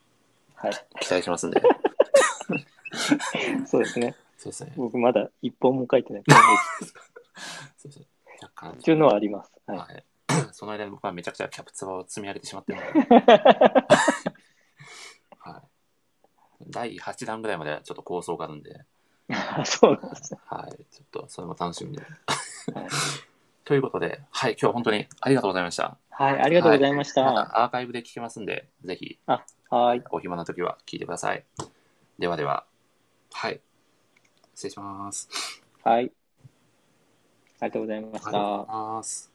はい。
期待し
[LAUGHS]
ますんで。
そうですね。
そうですね。
僕まだ一本も書いて [LAUGHS] ない。
そうですね。若干
っていうのはあります。はい。
はい。 [CLEARS THROAT] その間に僕はめちゃくちゃキャプツバを積み上げてしまってるので。はい。第8弾ぐらいまではちょっと構想があるんで。
[LAUGHS] そうなんですね。
はい。ちょっとそれも楽しみで。
はい
ということで、はい。今日は本当にありがとうございました。
はい、ありがとうございました。
ま
は
たアーカイブで聞けますんで、ぜひ
い、はい、
お暇な時は聞いてください。ではでは、はい。失礼します。
ありがとうございま
あ
し
りがとう
た
ござい。ます。